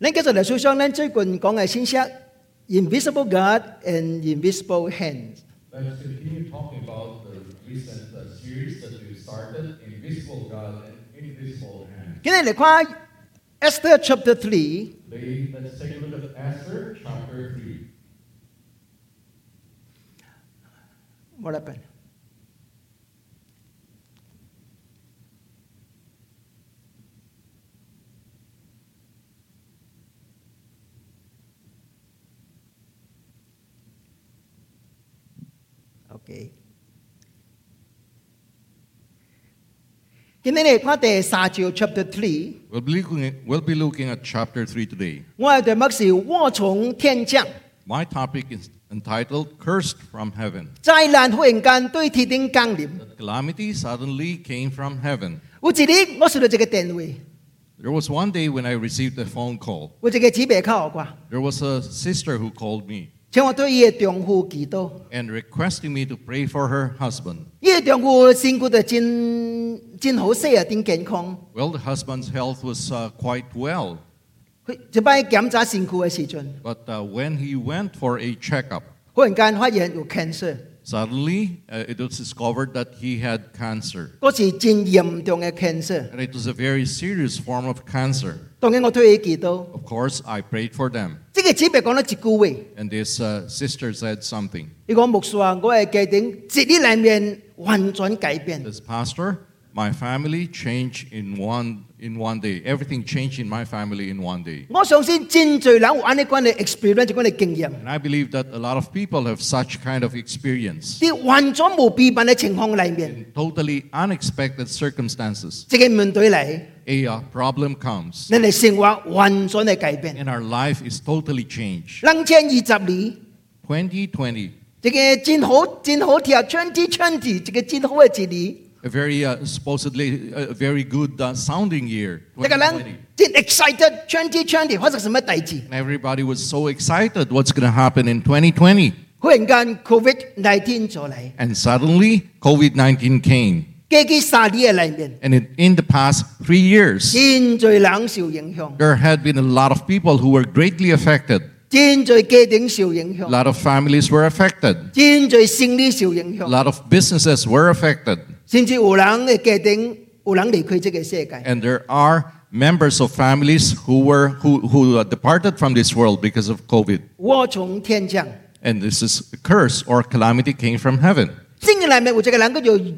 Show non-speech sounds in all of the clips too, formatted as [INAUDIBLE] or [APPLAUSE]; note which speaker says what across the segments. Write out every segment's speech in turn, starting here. Speaker 1: Nên kế tục là số sáng, nên chơi quần có ngày sinh sắc Invisible God and Invisible Hands.
Speaker 2: Let's continue talking about the recent uh, series that we started, Invisible God and Invisible Hand.
Speaker 1: Cái này là khóa Esther chapter 3.
Speaker 2: Today, let's take a look at Esther chapter 3.
Speaker 1: What happened? Okay. Cái này là khóa tệ xa chiều chapter 3.
Speaker 3: We'll be, looking at, we'll be looking at chapter 3 today.
Speaker 1: Ngoài đề mắc sĩ vô trọng thiên trạng.
Speaker 3: My topic is entitled Cursed from Heaven.
Speaker 1: Trai làn huyện can tôi thì tính căng điểm.
Speaker 3: That calamity suddenly came from heaven.
Speaker 1: Ủa chỉ đi, ngó sử được cái tên quỷ.
Speaker 3: There was one day when I received a phone call.
Speaker 1: Ủa chỉ cái chỉ bẻ khảo quả.
Speaker 3: There was a sister who called me
Speaker 1: Chúng tôi tôi yêu trường hù kỳ tô.
Speaker 3: and requested me to pray for her husband.
Speaker 1: Yêu trường hù sinh của tôi chân chân hậu sĩ à, tính kiện không.
Speaker 3: Well, the husband's health was uh, quite well,
Speaker 1: Chỉ bài kiểm tra sinh của sĩ chuẩn.
Speaker 3: but uh, when he went for a checkup,
Speaker 1: Huyện can phát hiện có cancer.
Speaker 3: suddenly uh, it was discovered that he had cancer.
Speaker 1: Có sự chân nghiêm trọng cái cancer.
Speaker 3: And it was a very serious form of cancer.
Speaker 1: Đương nhiên tôi tôi kỳ tô.
Speaker 3: Of course, I prayed for them.
Speaker 1: Chỉ cái chỉ bẻ nói một câu quỷ.
Speaker 3: And this uh, sister said something.
Speaker 1: Nó nói mục sư à, tôi là gia đình chỉ đi lại面hoàn toàn cải biến.
Speaker 3: This pastor, my family changed in one in one day. Everything changed in my family in one day.
Speaker 1: 我相信真濟人有安尼款嘅 experience，款嘅經驗，
Speaker 3: And I believe that a lot of people have such kind of experience
Speaker 1: 啲完全無避免嘅情況裏面，
Speaker 3: in totally unexpected circumstances.
Speaker 1: 即個面對嚟，
Speaker 3: A uh, problem comes
Speaker 1: 你哋生活完全嘅改變。
Speaker 3: and our life is totally changed.
Speaker 1: 兩千二十年，
Speaker 3: 2020,
Speaker 1: 一個真好真好聽，穿啲穿啲，一個真好嘅一年，
Speaker 3: a very uh, supposedly a very good uh, sounding year.
Speaker 1: 一個人
Speaker 3: 2020.
Speaker 1: 真 excited，穿啲穿啲，發生什麼大事？
Speaker 3: And everybody was so excited what's going to happen in 2020.
Speaker 1: 忽然間 Covid 19咗嚟，
Speaker 3: And suddenly COVID-19 came.
Speaker 1: 過去三年嘅裏面，
Speaker 3: And in, in the past three years,
Speaker 1: 真濟人受影響，
Speaker 3: there had been a lot of people who were greatly affected.
Speaker 1: 真濟家庭受影
Speaker 3: A
Speaker 1: 響，
Speaker 3: lot of families were affected.
Speaker 1: 真濟生理受影
Speaker 3: A
Speaker 1: 響，
Speaker 3: lot of businesses were affected.
Speaker 1: 甚至有人嘅家庭有人離開這個世界。
Speaker 3: And there are members of families who were who, who uh, departed from this world because of COVID.
Speaker 1: 我从天降。
Speaker 3: And this is a curse or calamity came from heaven.
Speaker 1: 圣经里面有一个人叫做约，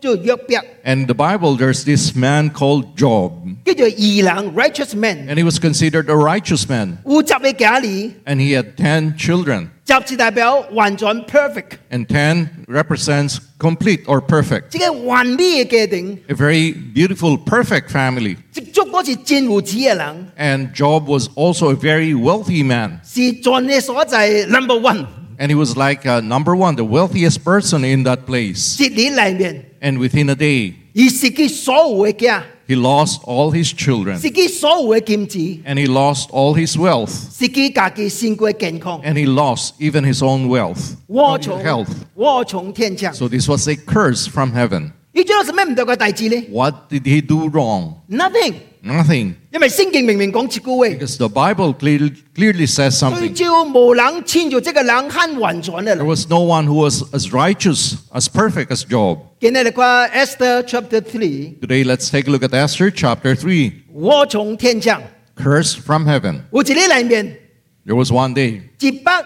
Speaker 1: 叫约伯，
Speaker 3: And in the Bible, there's this man called Job.
Speaker 1: 叫做异人 （righteous man）。
Speaker 3: And he was considered a righteous man.
Speaker 1: 有十个家里，
Speaker 3: And he had 10 children.
Speaker 1: 十是代表完全 perfect，
Speaker 3: And 10 represents complete or perfect.
Speaker 1: 这个完美的家庭，
Speaker 3: A very beautiful, perfect family.
Speaker 1: 这足果是真有钱的人，
Speaker 3: And Job was also a very wealthy man.
Speaker 1: 是全的所在 number one。
Speaker 3: And he was like uh, number one, the wealthiest person in that place.
Speaker 1: 一年里面，
Speaker 3: And within a day,
Speaker 1: 伊失去所有的家，
Speaker 3: he lost all his children.
Speaker 1: 失去所有的金子，
Speaker 3: And he lost all his wealth.
Speaker 1: 失去家己身躯健康。
Speaker 3: And he lost even his own wealth,
Speaker 1: 我
Speaker 3: his
Speaker 1: 从
Speaker 3: health.
Speaker 1: 我从天降，
Speaker 3: So this was a curse from heaven.
Speaker 1: 伊做了什么唔对嘅代志呢
Speaker 3: What did he do wrong?
Speaker 1: ？Nothing，
Speaker 3: Nothing.
Speaker 1: 因为圣经明明讲一句话。
Speaker 3: Because the Bible clearly, clearly says
Speaker 1: 最
Speaker 3: something.
Speaker 1: 少無人遷就這個人很完全的
Speaker 3: There
Speaker 1: 啦。
Speaker 3: was no one who was as righteous, as perfect as Job.
Speaker 1: 今日你看 Esther chapter three，
Speaker 3: Today, let's take a look at Esther chapter 3.
Speaker 1: 我從天降，
Speaker 3: Curse from heaven.
Speaker 1: 有一日裡面
Speaker 3: There was one day
Speaker 1: 一百二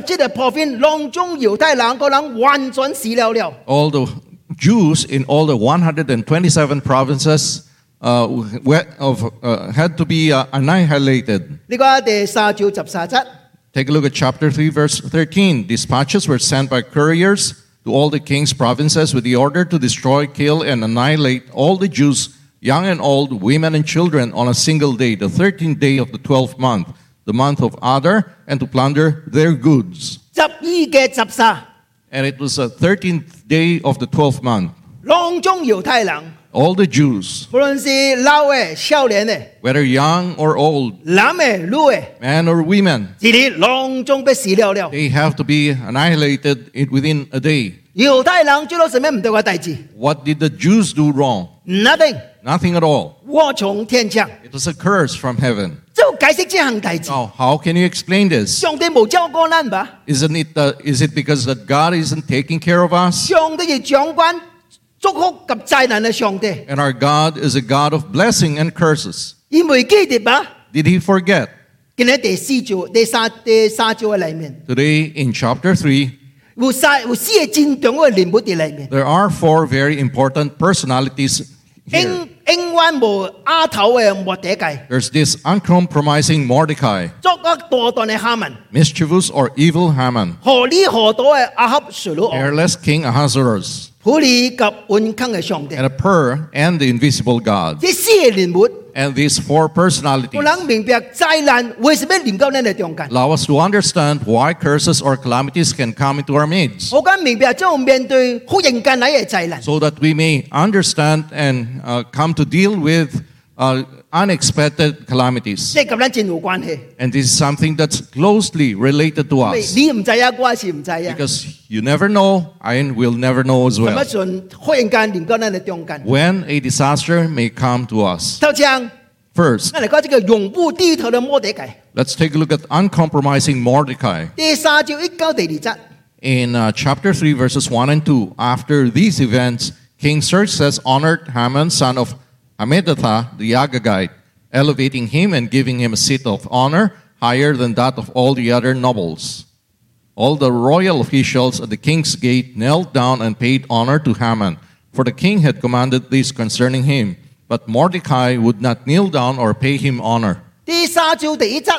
Speaker 1: 十七個破片，當中猶太人個人完全死了了。
Speaker 3: all the Jews in all the 127 provinces uh, were- of, uh, had to be uh, annihilated.
Speaker 1: 你看第三章十三節，
Speaker 3: Take a look at chapter 3, verse 13. Dispatches were sent by couriers to all the king's provinces with the order to destroy, kill, and annihilate all the Jews, young and old, women and children, on a single day, the 13th day of the 12th month, the month of Adar, and to plunder their goods.
Speaker 1: 十二個十三，
Speaker 3: And it was the 13th day of the 12th month.
Speaker 1: 當中猶太人，
Speaker 3: All the Jews
Speaker 1: 無論是老的、少年的、
Speaker 3: whether young or old,
Speaker 1: 男的、女的，
Speaker 3: man or women,
Speaker 1: 一日當中被死了了。
Speaker 3: they have to be annihilated in, within a day.
Speaker 1: 猶太人做咗什麼唔對嘅代志
Speaker 3: What did the Jews do wrong?
Speaker 1: ？Nothing，
Speaker 3: Nothing at all.
Speaker 1: 禍從天降，
Speaker 3: It was a curse from heaven.
Speaker 1: 即係解釋呢項代志。
Speaker 3: Now, how can you explain this?
Speaker 1: 上帝冇照顧咱吧？
Speaker 3: Isn't it, uh, is it because that God isn't taking care of us?
Speaker 1: 上帝係掌管祝福及災難嘅上帝，
Speaker 3: And our God is a God of blessing and curses.
Speaker 1: 因為記得吧？
Speaker 3: Did he forget?
Speaker 1: 今日第四章、第三、第三章嘅裏面，
Speaker 3: Today, in chapter 3,
Speaker 1: 有三有四個真重要嘅人物喺裏面，
Speaker 3: there are four very important personalities
Speaker 1: 永
Speaker 3: here.
Speaker 1: 永遠無丫頭嘅末底界，
Speaker 3: There's this uncompromising Mordecai,
Speaker 1: 作惡多端嘅哈曼，
Speaker 3: mischievous or evil Haman,
Speaker 1: 何里何多嘅阿合水魯王，
Speaker 3: careless King Ahasuerus,
Speaker 1: 普利及安康嘅上帝，
Speaker 3: and a pur and the invisible God.
Speaker 1: 呢四個人物。
Speaker 3: And these four personalities
Speaker 1: 我能明白灾难为什么临到咱的中间，
Speaker 3: allow us to understand why curses or calamities can come into our midst
Speaker 1: 我敢明白怎样面对忽然间来的灾难。
Speaker 3: so that we may understand and uh, come to deal with uh, unexpected calamities.
Speaker 1: 即係跟咱真有關係，
Speaker 3: And this is something that's closely related to
Speaker 1: 因為
Speaker 3: us
Speaker 1: 你唔知啊，我也是唔知啊。
Speaker 3: because you never know and will never know as
Speaker 1: 什麼
Speaker 3: well
Speaker 1: 時陣忽然間臨到咱的中間？
Speaker 3: when a disaster may come to us.
Speaker 1: 頭先
Speaker 3: First,
Speaker 1: 咱嚟講這個永不低頭的摩底界，
Speaker 3: let's take a look at uncompromising Mordecai
Speaker 1: 第三章一到第二節，
Speaker 3: in uh, chapter 3, verses 1 and 2. After these events, King Xerxes honored Haman, son of Hammedatha, the Agagite, elevating him and giving him a seat of honor higher than that of all the other nobles. All the royal officials at the king's gate knelt down and paid honor to Haman, for the king had commanded this concerning him. But Mordecai would not kneel down or pay him honor.
Speaker 1: 第三章第一節，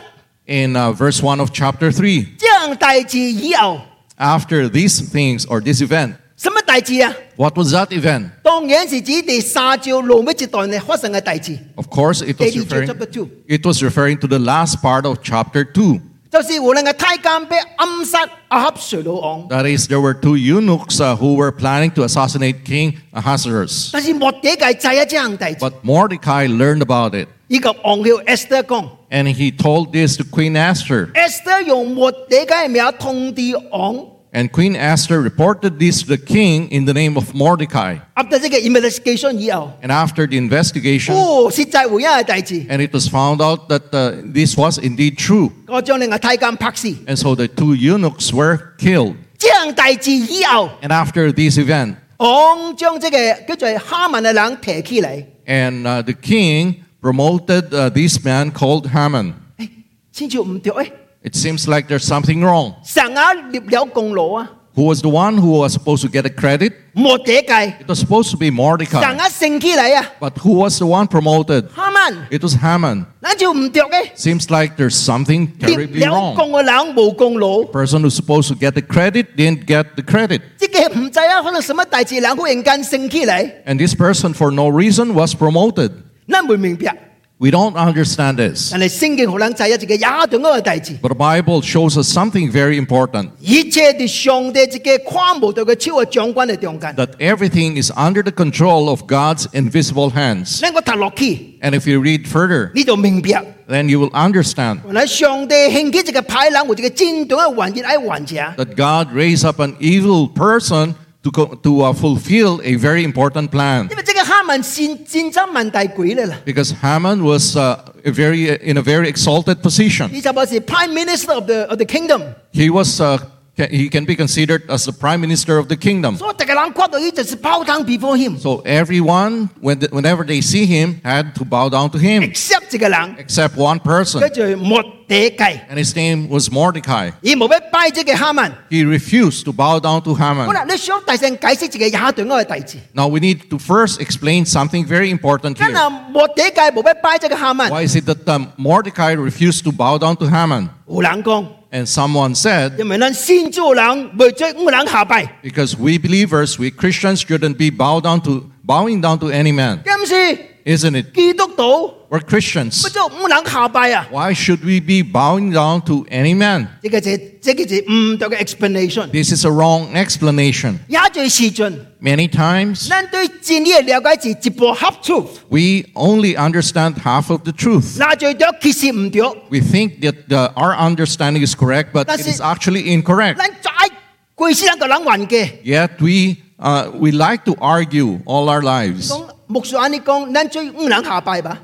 Speaker 3: In uh, verse 1 of chapter 3,
Speaker 1: 這樣大事以後，
Speaker 3: after these things or this event,
Speaker 1: 什麼大事啊？
Speaker 3: what was that event?
Speaker 1: 當然是指第三章落尾一段咧發生嘅大事，
Speaker 3: Of course, it
Speaker 1: 第
Speaker 3: was
Speaker 1: 二章
Speaker 3: referring,
Speaker 1: 差不多。
Speaker 3: it was referring to the last part of chapter 2.
Speaker 1: 就是胡人嘅太監被暗殺阿合水老王，
Speaker 3: That is, there were two eunuchs uh, who were planning to assassinate King Ahasuerus.
Speaker 1: 但是末底界制一項代志，
Speaker 3: But Mordecai learned about it,
Speaker 1: 以及王后 Esther 講
Speaker 3: and he told this to Queen Esther.
Speaker 1: ，Esther 用末底界嘅名通知王，
Speaker 3: And Queen Esther reported this to the king in the name of Mordecai.
Speaker 1: after 呢個 investigation 以後，
Speaker 3: And after the investigation,
Speaker 1: 哦，實際有影嘅代志，
Speaker 3: and it was found out that uh, this was indeed true.
Speaker 1: 我將你嘅太監拍死。
Speaker 3: And so the two eunuchs were killed.
Speaker 1: 呢項代志以後，
Speaker 3: And after this event,
Speaker 1: 王將呢個叫做哈曼嘅人提起嚟，
Speaker 3: and uh, the king promoted uh, this man called
Speaker 1: 誒，
Speaker 3: Haman.
Speaker 1: 哎先至唔對，誒，
Speaker 3: It seems like there's something wrong.
Speaker 1: 神啊立了功勞啊，
Speaker 3: Who was the one who was supposed to get the credit?
Speaker 1: 末底界，
Speaker 3: It was supposed to be
Speaker 1: 神
Speaker 3: Mordecai.
Speaker 1: 啊升起嚟啊，
Speaker 3: But who was the one promoted?
Speaker 1: 哈曼，
Speaker 3: It was Haman.
Speaker 1: 咱就唔對嘅。
Speaker 3: Seems like there's something
Speaker 1: 列
Speaker 3: terribly
Speaker 1: 兩
Speaker 3: wrong.
Speaker 1: 公嘅人無功勞，
Speaker 3: person who's supposed to get the credit didn't get the credit.
Speaker 1: 即個唔知啊，可能什麼大事人忽然間升起嚟，
Speaker 3: And this person, for no reason, was promoted.
Speaker 1: 咱唔明白。
Speaker 3: We don't understand this.
Speaker 1: 但係聖經可能知一個啊也重要嘅大事，
Speaker 3: But the Bible shows us something very important
Speaker 1: 一切係上帝一個看無到嘅手嘅掌管嘅中間。
Speaker 3: that everything is under the control of God's invisible hands.
Speaker 1: 咱我讀落去，
Speaker 3: And if you read further,
Speaker 1: 你就明白。
Speaker 3: then you will understand
Speaker 1: 原來上帝興起一個歹人，有一個真正嘅原因愛完成。
Speaker 3: that God raised up an evil person to, co- to uh, fulfill a very important plan.
Speaker 1: 因為這個哈曼先戰爭萬大鬼嚟啦，
Speaker 3: Because Haman was uh, a very, in a very exalted position.
Speaker 1: 你就話是 Prime Minister of the of the Kingdom，
Speaker 3: He, was, uh, ca- he can be considered as the prime minister of the kingdom.
Speaker 1: 所以大家人看到佢就是 bow down before him，except
Speaker 3: So everyone, when the- whenever they see him, had to bow down to him,
Speaker 1: 一個人，
Speaker 3: except one person,
Speaker 1: 佢就係末底界。
Speaker 3: and his name was Mordecai.
Speaker 1: 伊冇要拜这个哈曼。
Speaker 3: He refused to bow down to
Speaker 1: 好啦，
Speaker 3: Haman.
Speaker 1: 你想大聲解釋一個也對我嘅弟子。
Speaker 3: Now we need to first explain something very important
Speaker 1: 今
Speaker 3: here.
Speaker 1: 日末底界冇要拜这個哈曼。
Speaker 3: Why is it that um, Mordecai refused to bow down to Haman?
Speaker 1: 有人講，
Speaker 3: And someone said,
Speaker 1: 因為咱先做人，未做五人下拜。
Speaker 3: because we believers, we Christians, shouldn't be bow down to bowing down to any man,
Speaker 1: 今是
Speaker 3: isn't it?
Speaker 1: 基督徒，
Speaker 3: We're
Speaker 1: 不
Speaker 3: Christians.
Speaker 1: 做五人下拜啊！
Speaker 3: Why should we be bowing down to any man?
Speaker 1: 呢個就這個就唔對嘅 explanation。
Speaker 3: This is a wrong explanation.
Speaker 1: 也最時陣，
Speaker 3: Many times
Speaker 1: 咱對真理嘅了解是一步合處，
Speaker 3: we only understand half of the truth.
Speaker 1: 那最對其實唔對。
Speaker 3: We think that uh, our understanding is correct, but
Speaker 1: That's
Speaker 3: it is
Speaker 1: it.
Speaker 3: actually incorrect.
Speaker 1: 咱就愛佢意思一個人還嘅。
Speaker 3: Yet we, uh, we like to argue all our lives.
Speaker 1: 講牧師安尼講，咱最唔能下拜吧？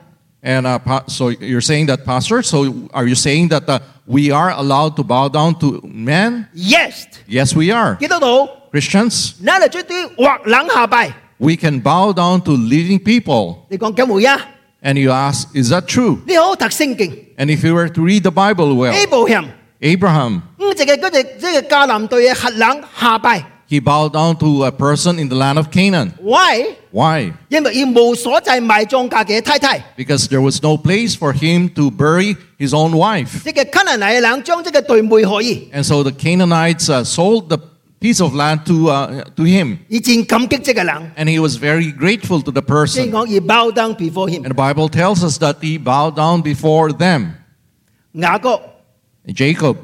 Speaker 3: And uh, pa- so you're saying that, Pastor, so are you saying that uh, we are allowed to bow down to men?
Speaker 1: Yes，
Speaker 3: Yes, we are.
Speaker 1: 基督徒，
Speaker 3: Christians,
Speaker 1: 咱就最對活人下拜。
Speaker 3: we can bow down to living people.
Speaker 1: 你講咁會啊？
Speaker 3: And you ask, is that true?
Speaker 1: 你好好讀聖經
Speaker 3: And if you were to read the Bible well,
Speaker 1: A 部險，
Speaker 3: Abraham,
Speaker 1: 五隻嘅嗰隻即係迦南隊嘅核人下拜。
Speaker 3: he bowed down to a person in the land of Canaan.
Speaker 1: Why？
Speaker 3: Why?
Speaker 1: 因為佢無所在埋葬家嘅太太，
Speaker 3: Because there was no place for him to bury his own wife.
Speaker 1: 即係迦南嘅人將即係對妹可以，
Speaker 3: And so the Canaanites uh, sold the piece of land to, uh, to him.
Speaker 1: 以前感激即係人，
Speaker 3: And he was very grateful to the
Speaker 1: 即係
Speaker 3: person.
Speaker 1: 講而 bow down before him。
Speaker 3: And the Bible tells us that he bowed down before them.
Speaker 1: 雅各
Speaker 3: Jacob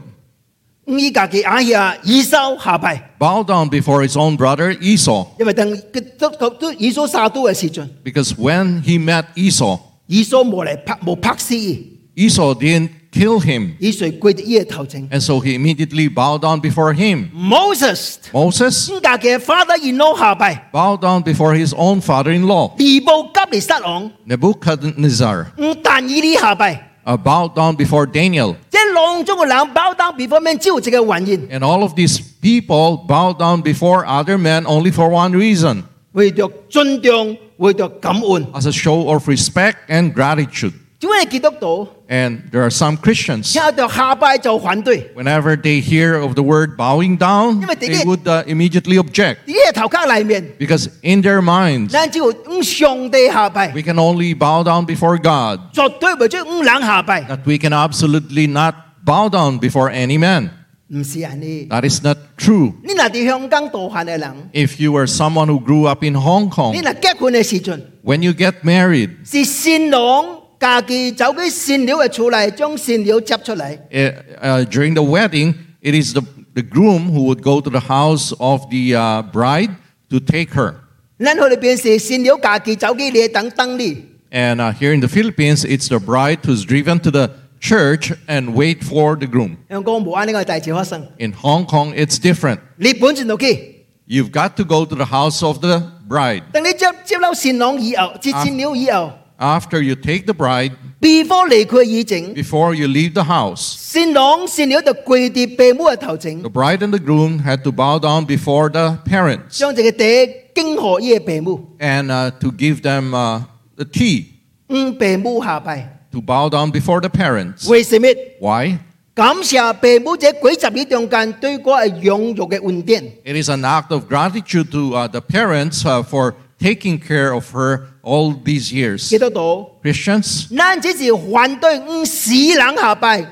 Speaker 1: 五依家嘅阿爺以掃下拜，
Speaker 3: bowed down before his own brother Esau.
Speaker 1: 因為等佢都都都以掃殺都嘅時陣，
Speaker 3: Because when he met Esau,
Speaker 1: 以掃冇嚟拍冇拍死佢，
Speaker 3: Esau didn't kill him.
Speaker 1: 以掃跪喺佢嘅頭前。
Speaker 3: And so he immediately bowed down before him.
Speaker 1: Moses
Speaker 3: Moses
Speaker 1: 五家嘅 father in law 下拜，
Speaker 3: bowed down before his own father in law.
Speaker 1: 尼布甲尼撒王
Speaker 3: Nebuchadnezzar
Speaker 1: 五但以理下拜，
Speaker 3: uh, bowed down before Daniel.
Speaker 1: 即係兩種嘅人 bow down before man，只有一個原因，
Speaker 3: And all of these people bow down before other men only for one reason
Speaker 1: 為着尊重，為着感恩。
Speaker 3: as a show of respect and gratitude.
Speaker 1: 因為基督徒
Speaker 3: And there are some Christians,
Speaker 1: 聽到下拜就反對，
Speaker 3: whenever they hear of the word bowing down,
Speaker 1: Yeah, but they
Speaker 3: they
Speaker 1: did.
Speaker 3: would uh, immediately object
Speaker 1: 呢個頭殼裏面，
Speaker 3: because in their minds,
Speaker 1: 咱只有向上帝下拜，
Speaker 3: we can only bow down before God,
Speaker 1: 絕對唔准向人下拜。
Speaker 3: that we can absolutely not bow down before any man.
Speaker 1: 唔是安尼，
Speaker 3: That is not true.
Speaker 1: 你若喺香港大漢嘅人，
Speaker 3: If you were someone who grew up in Hong
Speaker 1: 你
Speaker 3: Kong,
Speaker 1: 若結婚嘅時陣，
Speaker 3: when you get married,
Speaker 1: 是新郎家己走去新娘嘅厝內，將新娘接出嚟。
Speaker 3: uh, uh, during the wedding, it is the, the groom who would go to the house of the uh, bride to take her.
Speaker 1: 咱喺裏邊是新娘家己走去你等等你，
Speaker 3: And uh, here in the Philippines, it's the bride who's driven to the church and wait for the groom.
Speaker 1: 香港冇安尼個代志發生。
Speaker 3: In Hong Kong, it's different.
Speaker 1: 你本身就去，
Speaker 3: You've got to go to the house of the bride.
Speaker 1: 等你接接到新郎以後，接新娘以後，
Speaker 3: After you take the bride,
Speaker 1: 避科離開以前。
Speaker 3: before you leave the house,
Speaker 1: 新郎新娘就跪伫父母嘅頭前，
Speaker 3: the bride and the groom had to bow down before the parents
Speaker 1: 將一個地敬賀伊嘅父母，
Speaker 3: and uh, to give them uh, the tea,
Speaker 1: 向父母下拜。
Speaker 3: to bow down before the parents.
Speaker 1: 為什麼？
Speaker 3: Why?
Speaker 1: 感謝父母這幾十年中間對我嘅養育嘅恩典。
Speaker 3: It is an act of gratitude to uh, the parents uh, for taking care of her all these years.
Speaker 1: 基督徒，
Speaker 3: Christians,
Speaker 1: 咱只是反對向死人下拜，向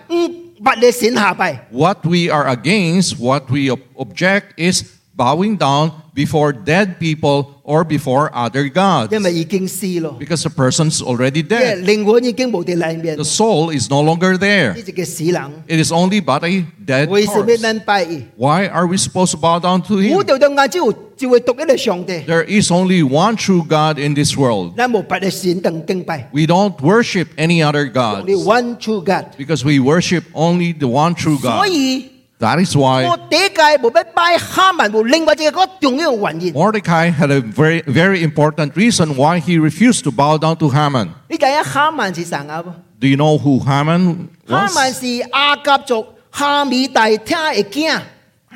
Speaker 1: 別嘅神下拜。
Speaker 3: what we are against, what we ob- object is bowing down before dead people or before other
Speaker 1: 因
Speaker 3: gods
Speaker 1: 為已經死咯，
Speaker 3: because the person's already
Speaker 1: 即係
Speaker 3: dead.
Speaker 1: 靈魂已經無在裏面，呢
Speaker 3: The soul is no longer there.
Speaker 1: 一個死人。
Speaker 3: It is only but a dead
Speaker 1: 為什麼
Speaker 3: corpse.
Speaker 1: 咱拜伊？
Speaker 3: Why are we supposed to bow down to
Speaker 1: 我
Speaker 3: him?
Speaker 1: 哋中間只有只會獨一嘅上帝，
Speaker 3: There is only one true God in this world.
Speaker 1: 咱無別嘅神當敬拜。
Speaker 3: We don't worship any other gods
Speaker 1: Only one true God。
Speaker 3: because we worship only the one true
Speaker 1: 所
Speaker 3: God.
Speaker 1: 以
Speaker 3: That is why
Speaker 1: 我第一屆冇乜拜哈曼，冇另外一個重要嘅原因。
Speaker 3: Mordecai had a very, very important reason why he refused to bow down to Haman.
Speaker 1: 你第一哈曼是神啊？
Speaker 3: Do you know who Haman
Speaker 1: 哈曼
Speaker 3: was?
Speaker 1: 是阿甲族哈米大聽嘅囝，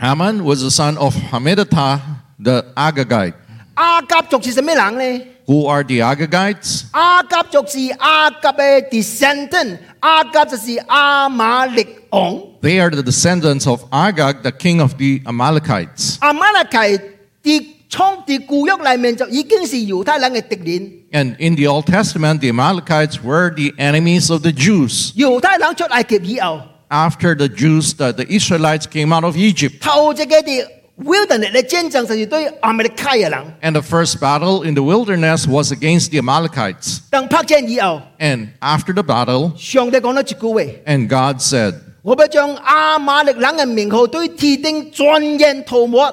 Speaker 3: Haman was the son of Hammedatha the Agagite.
Speaker 1: 阿甲族是什麼人呢？
Speaker 3: Who are the Agagites?
Speaker 1: 阿甲族是阿甲嘅 descendant，阿甲就是阿瑪力王。
Speaker 3: They are the descendants of Agag, the king of the Amalekites.
Speaker 1: 阿瑪力其啲創啲古約裏面就已經是猶太人嘅敵人。
Speaker 3: And in the Old Testament, the Amalekites were the enemies of the Jews.
Speaker 1: 猶太人出埃及以後，
Speaker 3: After the Jews, the, the Israelites came out of Egypt.
Speaker 1: 頭一個啲 wilderness 嘅戰爭就是對阿瑪力嘅人。
Speaker 3: And the first battle in the wilderness was against the Amalekites.
Speaker 1: 當拍戰以後。
Speaker 3: And after the battle,
Speaker 1: 上帝講咗一句話：
Speaker 3: and God said,
Speaker 1: 我要將亞瑪力人嘅名號對鐵定全然塗抹。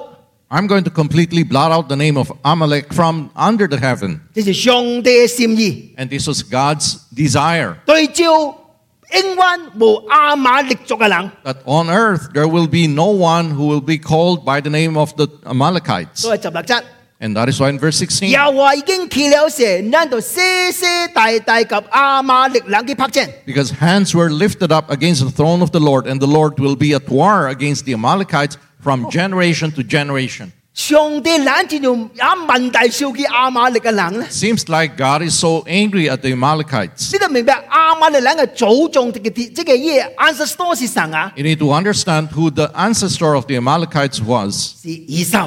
Speaker 3: I'm going to completely blot out the name of Amalek from under the heaven.
Speaker 1: 這是上帝嘅心意，
Speaker 3: And this was God's desire.
Speaker 1: 對照永遠無亞瑪力族嘅人。
Speaker 3: that on earth there will be no one who will be called by the name of the Amalekites.
Speaker 1: 所以十六節，
Speaker 3: And that is why in verse 16,
Speaker 1: 又話已經揭了蛇，難道些些大大及亞瑪力人嘅拍戰？
Speaker 3: because hands were lifted up against the throne of the Lord, and the Lord will be at war against the Amalekites from generation to generation.
Speaker 1: 上帝冷戰用也問大少嘅亞瑪力嘅人咧？
Speaker 3: Seems like God is so angry at the Amalekites.
Speaker 1: 呢度明白亞瑪力人嘅祖宗嘅啲，即係耶 ancestor 是神啊，
Speaker 3: You need to understand who the ancestor of the Amalekites was,
Speaker 1: 是以受。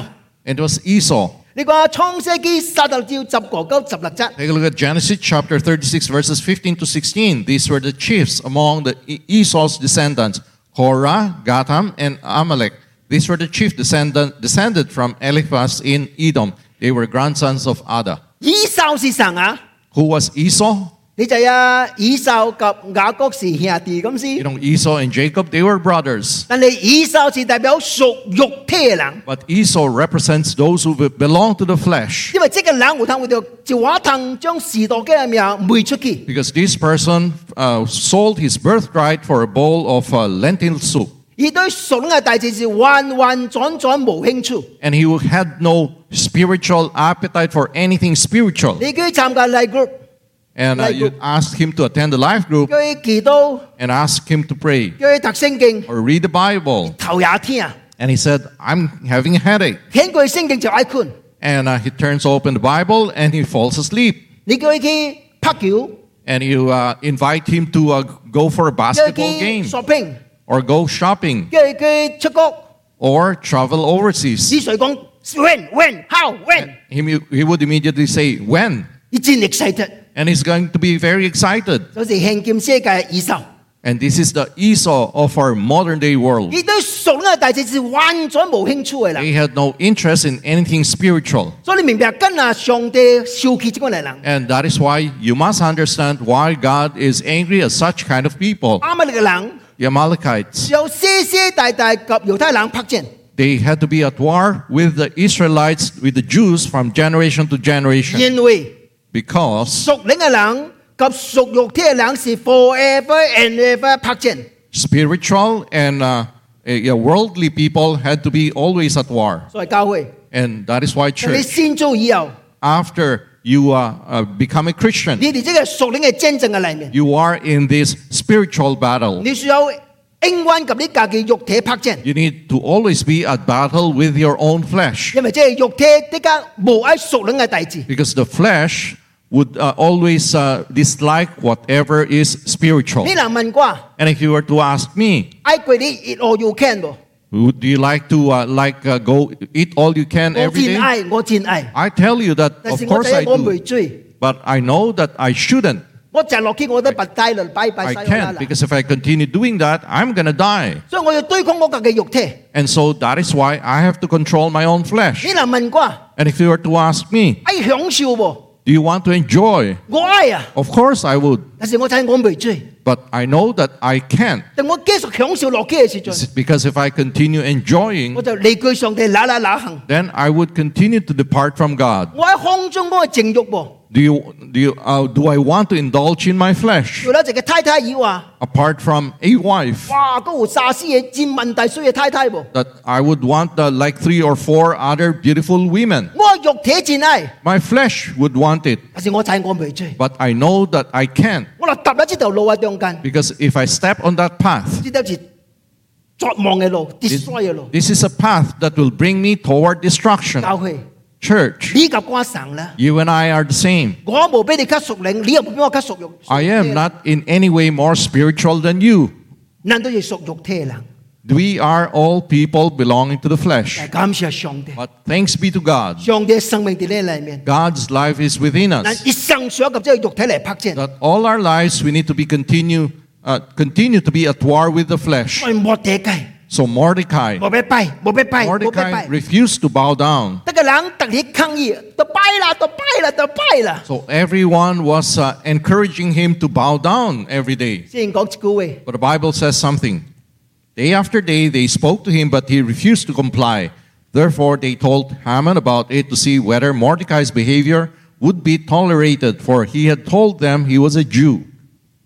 Speaker 3: and it was Esau.
Speaker 1: 你話創世記十六照十個九十六節。
Speaker 3: Take a look at Genesis chapter 36, verses 15 to 16. These were the chiefs among the E- Esau's descendants Korah, Gatham, and Amalek. These were the chief descendant, descended from Eliphaz in Edom. They were grandsons of Ada.
Speaker 1: 以受是神啊，
Speaker 3: Who was Esau?
Speaker 1: 你就啊，以受及雅各是兄弟咁
Speaker 3: You
Speaker 1: 先。
Speaker 3: know, Esau and Jacob, they were brothers.
Speaker 1: 但係以受是代表屬肉體嘅人，
Speaker 3: But Esau represents those who be- belong to the flesh.
Speaker 1: 因為即個人活騰活到就話騰將時代嘅命賣出去，
Speaker 3: Because this person uh, sold his birthright for a bowl of uh, lentil soup.
Speaker 1: 而對屬靈嘅大事是完完全全無興趣。
Speaker 3: and he had no spiritual appetite for anything spiritual.
Speaker 1: 你叫佢參加 life group，
Speaker 3: And uh,
Speaker 1: Like-
Speaker 3: you asked him to attend the life group
Speaker 1: 叫佢祈禱，
Speaker 3: and asked him to pray
Speaker 1: 叫佢讀聖經，
Speaker 3: or read the Bible.
Speaker 1: 頭也天啊，
Speaker 3: And he said, I'm having a headache.
Speaker 1: 聽佢聖經就愛困。
Speaker 3: And uh, he turns open the Bible and he falls asleep.
Speaker 1: 你叫佢去拍球，
Speaker 3: And you uh, invite him to uh, go for a
Speaker 1: 叫
Speaker 3: basketball
Speaker 1: 佢
Speaker 3: game
Speaker 1: 去 shopping，
Speaker 3: or go shopping
Speaker 1: 叫佢出國，
Speaker 3: or travel overseas.
Speaker 1: 是誰講 when when how when？
Speaker 3: He, mu- he would immediately say, When?
Speaker 1: 已經 excited，
Speaker 3: And he's going to be very excited.
Speaker 1: 就係現今世界嘅以受。
Speaker 3: And this is the Esau of our modern day world.
Speaker 1: 你對屬嘅大事是完全無興趣嘅人，
Speaker 3: He had no interest in anything spiritual.
Speaker 1: 所以你明白跟啊上帝受氣這個人，
Speaker 3: And that is why you must understand why God is angry at such kind of people.
Speaker 1: 啱啱你嘅人
Speaker 3: The Amalekites,
Speaker 1: 有些些大大及猶太人拍戰，
Speaker 3: they had to be at war with the Israelites, with the Jews from generation to generation.
Speaker 1: 因為
Speaker 3: Because
Speaker 1: 屬靈嘅人及屬肉體嘅人是 forever and ever 拍戰，
Speaker 3: spiritual and uh, eh, yeah, worldly people had to be always at war.
Speaker 1: 所以教會，
Speaker 3: And that is why
Speaker 1: 你
Speaker 3: church,
Speaker 1: 先做以後，
Speaker 3: after you uh, uh, become a Christian,
Speaker 1: 你哋即個屬靈嘅真正嘅裏面，
Speaker 3: you are in this spiritual battle.
Speaker 1: 你需要永遠及你自己肉體拍戰，
Speaker 3: You need to always be at battle with your own flesh.
Speaker 1: 因為即係肉體的家無愛屬靈嘅大事。
Speaker 3: Because the flesh would uh, always uh, dislike whatever is spiritual.
Speaker 1: 你能問過
Speaker 3: And if you were to ask me,
Speaker 1: 愛鬼你 it all you can 喎，
Speaker 3: would you like to uh, like uh, go eat all you can
Speaker 1: 我
Speaker 3: every
Speaker 1: 戰
Speaker 3: day?
Speaker 1: 愛，我戰愛。
Speaker 3: I tell you that
Speaker 1: 但
Speaker 3: of
Speaker 1: 是我
Speaker 3: course
Speaker 1: 第
Speaker 3: I
Speaker 1: 一我未
Speaker 3: do,
Speaker 1: 追，
Speaker 3: but I know that I shouldn't.
Speaker 1: 我就落去我都拔低啦，拜拜
Speaker 3: I
Speaker 1: 晒我
Speaker 3: can't
Speaker 1: 啦。
Speaker 3: because if I continue doing that, I'm gonna die.
Speaker 1: 所以我要對抗我嘅嘅肉體。
Speaker 3: And so that is why I have to control my own flesh.
Speaker 1: 你能問我啊
Speaker 3: And if you were to ask me,
Speaker 1: 愛享受喎，
Speaker 3: do you want to enjoy?
Speaker 1: 我愛啊，
Speaker 3: Of course I would,
Speaker 1: 但是我睇我未追。
Speaker 3: but I know that I can't.
Speaker 1: 但我繼續享受落去嘅時陣，
Speaker 3: Because if I continue enjoying,
Speaker 1: 我就離居上帝嗱嗱嗱行。
Speaker 3: then I would continue to depart from God.
Speaker 1: 我喺空中嗰個情慾喎，
Speaker 3: Do you do you uh, do I want to indulge in my flesh
Speaker 1: 做咗一個太太以話：，
Speaker 3: apart from a wife
Speaker 1: 哇，嗰個沙司嘢佔問大衰嘅太太喎。
Speaker 3: that I would want uh, like three or four other beautiful women?
Speaker 1: 我係肉體戰愛，
Speaker 3: My flesh would want it,
Speaker 1: 但是我睇我未追。
Speaker 3: but I know that I can't
Speaker 1: 我就踏咗呢條路喺啊中間，
Speaker 3: because if I step on that path,
Speaker 1: 呢條是絕望嘅路、
Speaker 3: this,
Speaker 1: destroy 嘅路。
Speaker 3: this is a path that will bring me toward destruction.
Speaker 1: 教會，
Speaker 3: Church,
Speaker 1: 你及我神啦。
Speaker 3: you and I are the same.
Speaker 1: 我冇俾你咳熟靈，你又冇俾我咳熟肉。
Speaker 3: I am not in any way more spiritual than you.
Speaker 1: 難道要熟肉體啦？
Speaker 3: We are all people belonging to the flesh.
Speaker 1: 但係感謝上帝，
Speaker 3: But thanks be to God,
Speaker 1: 上帝嘅生命喺呢裏面，
Speaker 3: God's life is within
Speaker 1: 但
Speaker 3: us.
Speaker 1: 一生所及即係肉體嚟拍啫，
Speaker 3: That all our lives we need to be continue uh, continue to be at war with the flesh.
Speaker 1: 所以莫地計，
Speaker 3: So Mordecai,
Speaker 1: 莫俾拜，莫俾拜，莫俾
Speaker 3: Mordecai
Speaker 1: 拜。
Speaker 3: refused to bow down.
Speaker 1: 得個人特起抗議，就拜啦，就拜啦，就拜啦。
Speaker 3: So everyone was uh, encouraging him to bow down every day.
Speaker 1: 先講一句
Speaker 3: But the Bible says something. Day after day they spoke to him, but he refused to comply. Therefore they told Haman about it to see whether Mordecai's behavior would be tolerated, for he had told them he was a Jew.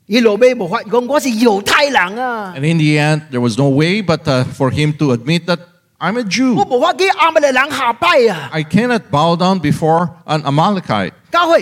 Speaker 1: 伊落尾无法讲我是犹太人啊，
Speaker 3: And in the end, there was no way but uh, for him to admit that I'm
Speaker 1: 我
Speaker 3: a Jew.
Speaker 1: 无法给阿伯勒人下拜啊。
Speaker 3: I cannot bow down before an Amalekite.
Speaker 1: 教会，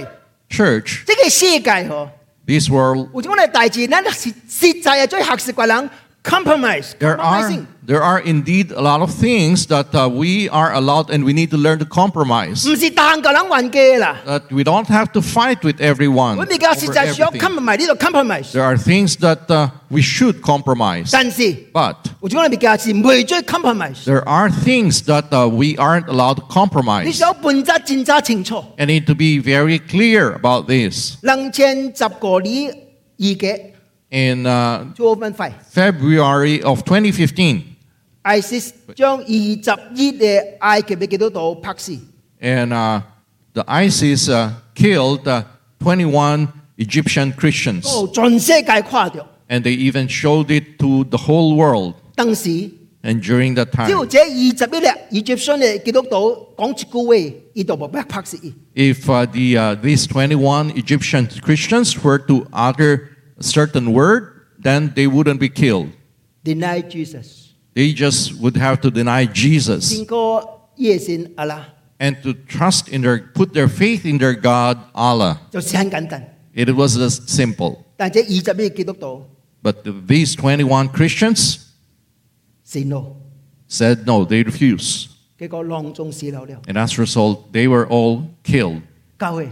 Speaker 3: Church,
Speaker 1: 这个世界吼，
Speaker 3: this world,
Speaker 1: 有种嘅代志，咱实实在系最学习嘅人 compromise。
Speaker 3: there are,
Speaker 1: compromising
Speaker 3: there are indeed a lot of things that uh, we are allowed and we need to learn to compromise.
Speaker 1: 唔是大行個人還嘅啦。
Speaker 3: That we don't have to fight with everyone.
Speaker 1: 我哋嘅實
Speaker 3: 嗯 over
Speaker 1: 際上
Speaker 3: everything.
Speaker 1: compromise 呢度 compromise，
Speaker 3: There are things that uh, we should compromise.
Speaker 1: 但是
Speaker 3: But
Speaker 1: 我哋講嘅嘅是未追 compromise。
Speaker 3: there are things that uh, we aren't allowed to
Speaker 1: 你
Speaker 3: compromise.
Speaker 1: 想本質戰爭清楚，
Speaker 3: And need to be very clear about this.
Speaker 1: 兩千十個年二嘅
Speaker 3: In uh,
Speaker 1: 做分費
Speaker 3: February of 2015,
Speaker 1: ISIS 將二十二嘅埃及嘅基督徒拍死，
Speaker 3: and uh, the ISIS uh, killed uh, 21 Egyptian Christians,
Speaker 1: 都全世界跨掉。
Speaker 3: and they even showed it to the whole world.
Speaker 1: 當時
Speaker 3: And during that
Speaker 1: 只要
Speaker 3: time,
Speaker 1: 這二十一嘅 Egyptian 嘅基督徒講一句話，伊就冇被拍死。
Speaker 3: if uh, the uh, these 21 Egyptian Christians were to utter a certain word, then they wouldn't be killed.
Speaker 1: Deny Jesus，
Speaker 3: They just would have to deny Jesus
Speaker 1: 整個夜神阿拉
Speaker 3: and to trust in their, put their faith in their God Allah.
Speaker 1: 就是很簡單。
Speaker 3: It was just simple.
Speaker 1: 但這二十一基督徒
Speaker 3: But these 21 Christians,
Speaker 1: say no，
Speaker 3: said no, they refuse.
Speaker 1: 結果浪中死流了。
Speaker 3: And as a result, they were all killed.
Speaker 1: 教會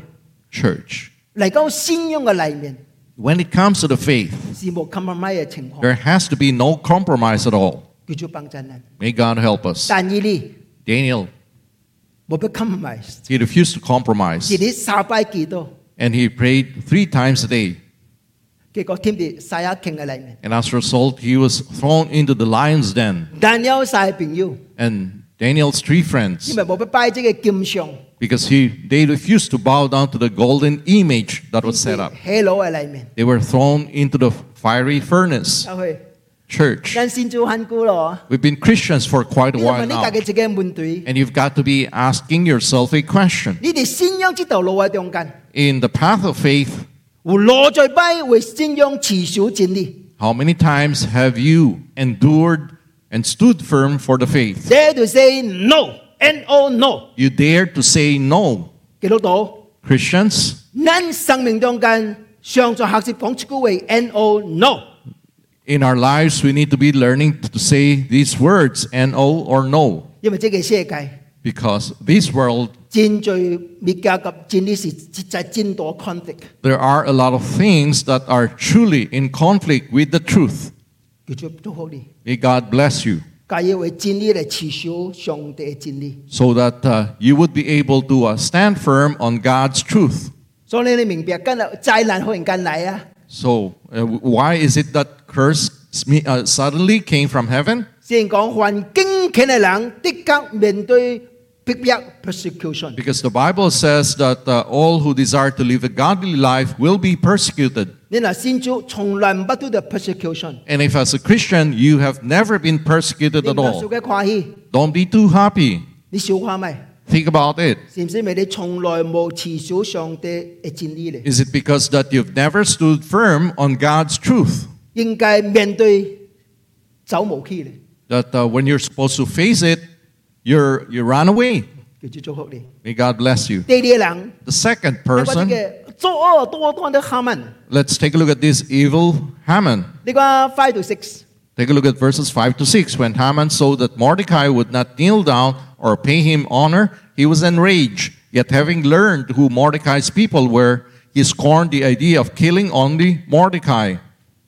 Speaker 3: Church.
Speaker 1: 嚟到信仰嘅裏面
Speaker 3: When it comes to the faith,
Speaker 1: 是冇 compromise 嘅情況，
Speaker 3: there has to be no compromise at all.
Speaker 1: 叫做幫襯人。
Speaker 3: May God help us.
Speaker 1: 但以理
Speaker 3: Daniel,
Speaker 1: 冇俾 compromise，
Speaker 3: he refused to compromise.
Speaker 1: 自己撒拜幾多，
Speaker 3: And he prayed three times a day.
Speaker 1: 結果添啲撒亞傾嘅裏面。
Speaker 3: And as a result, he was thrown into the lion's den.
Speaker 1: 但有晒朋友，
Speaker 3: And Daniel's three
Speaker 1: 因
Speaker 3: friends,
Speaker 1: 為冇俾拜這個金像，
Speaker 3: because he, they refused to bow down to the golden image that was set up,
Speaker 1: 喺路嘅裏面，
Speaker 3: they were thrown into the fiery furnace.
Speaker 1: 教會
Speaker 3: Church.
Speaker 1: 人先做很久咯。
Speaker 3: We've been Christians for quite
Speaker 1: 呢個
Speaker 3: a while
Speaker 1: 問你自
Speaker 3: now.
Speaker 1: 己自己嘅問題，
Speaker 3: And you've got to be asking yourself a question.
Speaker 1: 你哋信仰之道路嘅中間，
Speaker 3: In the path of faith,
Speaker 1: 胡攞在拜為信仰持守真理，
Speaker 3: how many times have you endured and stood firm for the faith?
Speaker 1: 這就 say no，and all no。
Speaker 3: You dare to say no.
Speaker 1: 基督徒。
Speaker 3: Christians,
Speaker 1: 咱生命中間常在學習講一句話 N O No，
Speaker 3: in our lives, we need to be learning to say these words, N-O or no,
Speaker 1: 因為這個世界
Speaker 3: because this world,
Speaker 1: 真罪滅家及真理是實在真多 conflict，
Speaker 3: there are a lot of things that are truly in conflict with the truth.
Speaker 1: 叫做祝福你，
Speaker 3: May God bless you
Speaker 1: 加以為真理嚟持守上帝嘅真理。
Speaker 3: so that uh, you would be able to uh, stand firm on God's truth.
Speaker 1: 所以你明白，今日災難忽然間嚟啊，
Speaker 3: So, uh, why is it that curse sme- uh, suddenly came from heaven?
Speaker 1: 先講還敬虔嘅人的確面對逼迫 persecution，
Speaker 3: Because the Bible says that uh, all who desire to live a godly life will be persecuted.
Speaker 1: 你嗱先祖從來唔不到 the persecution，
Speaker 3: And if, as a Christian, you have never been persecuted
Speaker 1: 你唔
Speaker 3: at
Speaker 1: 少
Speaker 3: all,
Speaker 1: 嘅誇喜，
Speaker 3: don't be too happy.
Speaker 1: 你笑下咪？
Speaker 3: Think about it.
Speaker 1: 是唔是咪你從來冇持守上帝嘅真理咧？
Speaker 3: Is it because that you've never stood firm on God's truth
Speaker 1: 應該面對走無期咧，
Speaker 3: that uh, when you're supposed to face it, you're you run away?
Speaker 1: 叫做祝福你。
Speaker 3: May God bless you.
Speaker 1: 第二人，
Speaker 3: The second
Speaker 1: 你話呢
Speaker 3: person,
Speaker 1: 個作惡多端的哈曼，
Speaker 3: let's take a look at this evil Haman.
Speaker 1: 你話 five to six，
Speaker 3: Take a look at verses 5 to 6. When Haman saw that Mordecai would not kneel down or pay him honor, he was enraged. Yet, having learned who Mordecai's people were, he scorned the idea of killing only Mordecai.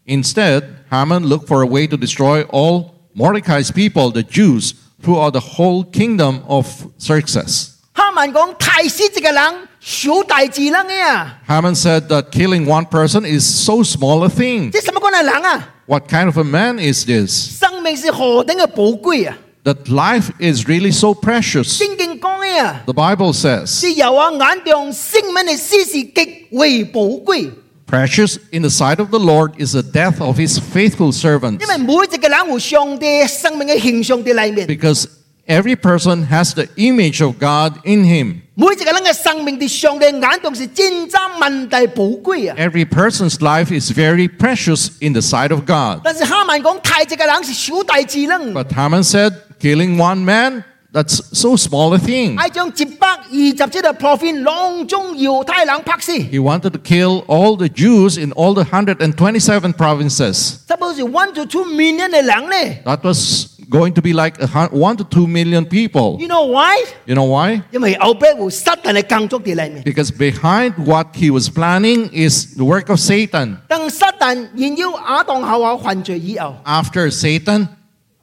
Speaker 3: Instead, Haman looked for a way to destroy all Mordecai's people, the Jews, throughout the whole kingdom of Xerxes.
Speaker 1: 哈曼講太師一個人小大字啦呀，
Speaker 3: Haman said that killing one person is so small a thing.
Speaker 1: 即什麼講嘅人啊？
Speaker 3: What kind of a man is this?
Speaker 1: 生命是何等嘅寶貴啊！
Speaker 3: That life is really so precious.
Speaker 1: 聖經講嘅啊，
Speaker 3: The Bible says.
Speaker 1: 是由我眼中生命嘅事是極為寶貴，因
Speaker 3: Precious in the sight of the Lord is the death of his faithful servants.
Speaker 1: 為每一個人有上帝生命嘅形象在裏面。
Speaker 3: Because Every person has the image of God in him.
Speaker 1: 每一個人嘅生命，在上帝眼中是千差萬大寶貴啊！
Speaker 3: Every person's life is very precious in the sight of God.
Speaker 1: 但是哈曼講太直嘅人是小大智能，
Speaker 3: But Haman said, killing one man, that's so small a thing.
Speaker 1: 係將接百二十隻嘅 prophet 囊中猶太人拍死。
Speaker 3: He wanted to kill all the Jews in all the 127 provinces.
Speaker 1: Suppose one to two million 嘅人咧
Speaker 3: That was going to be like a hun- 1 to 2 million people.
Speaker 1: ，you know why？
Speaker 3: You know why?
Speaker 1: 因為後背會撒但嘅更足地裏面。
Speaker 3: Because behind what he was planning is the work of Satan.
Speaker 1: 當撒但炫耀亞當夏娃犯罪以後，
Speaker 3: After Satan,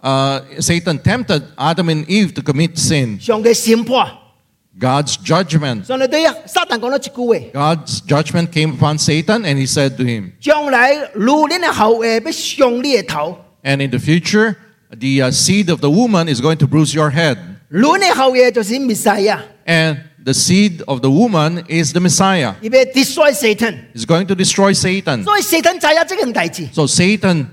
Speaker 3: uh, Satan tempted Adam and Eve to commit sin.
Speaker 1: 上帝審判，
Speaker 3: God's judgment.
Speaker 1: 上帝對撒但講咗一句話。
Speaker 3: God's judgment came upon Satan, and he said to him,
Speaker 1: 將來老年嘅後裔必上你嘅頭，
Speaker 3: And in the future, the uh, seed of the woman is going to bruise your head.
Speaker 1: 老年後裔就是滅世啊！
Speaker 3: And the seed of the woman is the Messiah.
Speaker 1: 而被 destroy Satan，
Speaker 3: is going to destroy Satan.
Speaker 1: 所以 Satan 就係一呢樣大字，
Speaker 3: So Satan,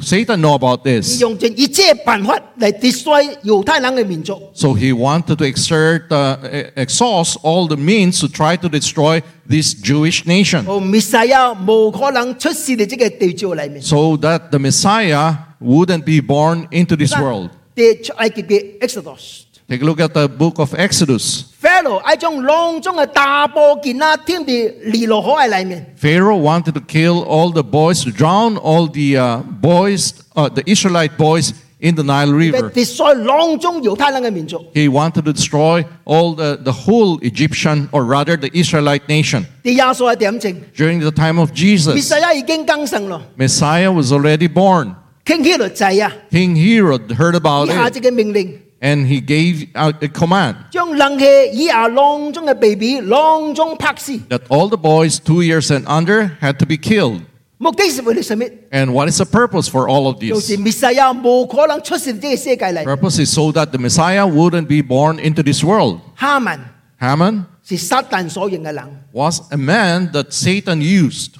Speaker 3: Satan know about
Speaker 1: 佢
Speaker 3: this.
Speaker 1: 用盡一切辦法嚟 destroy 猶太人嘅民族。
Speaker 3: So he wanted to exert, uh, e- exhaust all the means to try to destroy this Jewish nation,
Speaker 1: 哦，滅世啊，無可能出事喺呢個地球裏面。
Speaker 3: so that the Messiah wouldn't be born into this world.
Speaker 1: 地出埃及嘅 Exodus。
Speaker 3: Take a look at the book of Exodus.
Speaker 1: Pharaoh 喺將囊中嘅大波件啦，添喺尼羅河嘅裏面。
Speaker 3: Pharaoh wanted to kill all the boys, to drown all the uh, boys, uh, the Israelite boys in the Nile
Speaker 1: 被
Speaker 3: River.
Speaker 1: destroy 囊中猶太人嘅民族。
Speaker 3: He wanted to destroy all the, the whole Egyptian, or rather the Israelite nation.
Speaker 1: 第廿數係點證？
Speaker 3: During the time of
Speaker 1: 滅
Speaker 3: Jesus,
Speaker 1: 世啊已經更新咯，
Speaker 3: Messiah was already born.
Speaker 1: 傾起律制啊！
Speaker 3: King Herod heard
Speaker 1: 以
Speaker 3: about
Speaker 1: 下
Speaker 3: it
Speaker 1: 節嘅命令。
Speaker 3: and he gave out a command
Speaker 1: 將冷氣以下囊中嘅 baby 囊中拍死，
Speaker 3: that all the boys two years and under had to be killed.
Speaker 1: 目的是為了什麼？
Speaker 3: And what is the purpose for all of
Speaker 1: 就
Speaker 3: this?
Speaker 1: 是滅世啊，無可能出現呢個世界嚟。
Speaker 3: Purpose is so that the Messiah wouldn't be born into this world.
Speaker 1: 哈曼
Speaker 3: Haman
Speaker 1: 是撒旦所用嘅人，
Speaker 3: was a man that Satan used,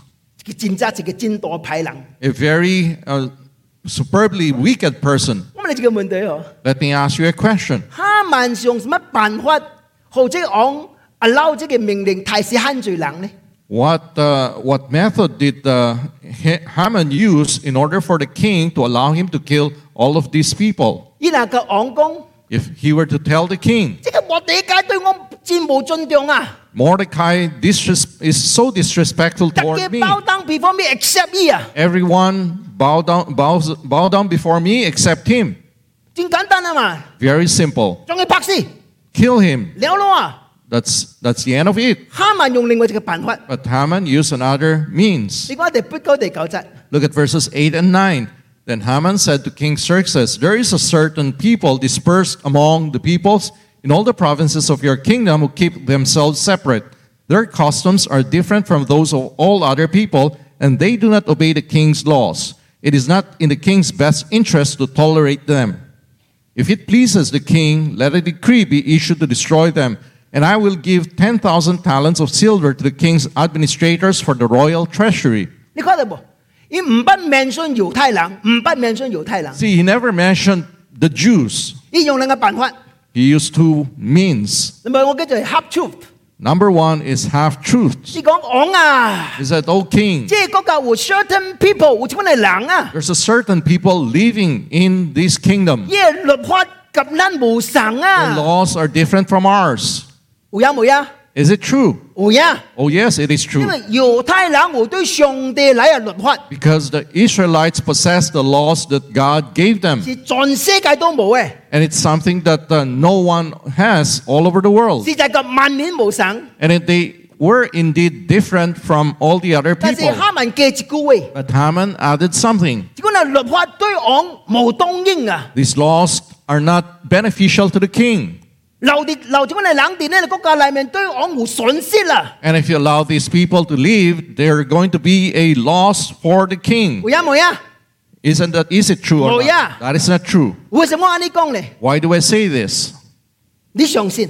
Speaker 1: 佢戰爭自己戰多派人。
Speaker 3: a very uh, superbly wicked person.
Speaker 1: 咁你自己問題哦，
Speaker 3: Let me ask you a question.
Speaker 1: 哈曼是用乜辦法，或者講 allow 呢個命令提示限罪人呢？
Speaker 3: What, uh, what method did uh, Ha- Haman use in order for the king to allow him to kill all of these people?
Speaker 1: 伊那個昂講，
Speaker 3: If he were to tell the king,
Speaker 1: 即個莫地解對我戰無盡量啊！
Speaker 3: Mordecai disres- is so disrespectful
Speaker 1: 特
Speaker 3: toward
Speaker 1: 嘅
Speaker 3: me.
Speaker 1: 包單 before me accept 伊啊！
Speaker 3: Everyone bow down, bows, bow down before me except him.
Speaker 1: 真簡單啊嘛，
Speaker 3: Very simple.
Speaker 1: 將佢拍死，
Speaker 3: Kill him.
Speaker 1: 了咯啊！
Speaker 3: That's, that's the end of it.
Speaker 1: 哈曼用另外一個辦法，
Speaker 3: But Haman used another means.
Speaker 1: 你講第八九第九節，
Speaker 3: Look at verses 8 and 9. Then Haman said to King Xerxes, There is a certain people dispersed among the peoples in all the provinces of your kingdom who keep themselves separate. Their customs are different from those of all other people, and they do not obey the king's laws. It is not in the king's best interest to tolerate them. If it pleases the king, let a decree be issued to destroy them, and I will give 10,000 talents of silver to the king's administrators for the royal treasury.
Speaker 1: 你睇到冇？佢唔不命信猶太人，唔不命信猶太人，
Speaker 3: See, he never mentioned the Jews.
Speaker 1: 佢用兩個辦法。
Speaker 3: He used two means.
Speaker 1: 咁啊，我叫做 half truth，
Speaker 3: Number one is half truths.
Speaker 1: 佢講昂啊，
Speaker 3: He said, Oh, king,
Speaker 1: 即係國家有 certain people 有種嘅人啊，
Speaker 3: there's a certain people living in this kingdom.
Speaker 1: 因為律法及咱無神
Speaker 3: Their
Speaker 1: 啊，
Speaker 3: laws are different from ours.
Speaker 1: 有呀冇呀？
Speaker 3: Is it true?
Speaker 1: 有呀，
Speaker 3: Oh, yes, it is
Speaker 1: 啊因
Speaker 3: true.
Speaker 1: 為猶太人有對上帝嚟嘅律法
Speaker 3: Because the Israelites possess the laws that God gave them.
Speaker 1: 是全世界都冇嘅，
Speaker 3: And it's something that uh, no one has all over the world.
Speaker 1: 是就係萬年無神。
Speaker 3: And it- they were indeed different from all the other
Speaker 1: 但是
Speaker 3: people.
Speaker 1: 哈曼記一句話，
Speaker 3: But Haman added something.
Speaker 1: 如果你律法對昂無當應啊。
Speaker 3: These laws are not beneficial to the king.
Speaker 1: 留啲留住我哋冷電咧，國家裏面對我冇損失啦，
Speaker 3: And if you allow these people to leave, they're going to be a loss for the king.
Speaker 1: 會啊會啊？
Speaker 3: Isn't that, is it true or
Speaker 1: Oh,
Speaker 3: not?
Speaker 1: yeah.
Speaker 3: That is not true.
Speaker 1: 為什麼按你講咧？
Speaker 3: Why do I say this?
Speaker 1: 你相信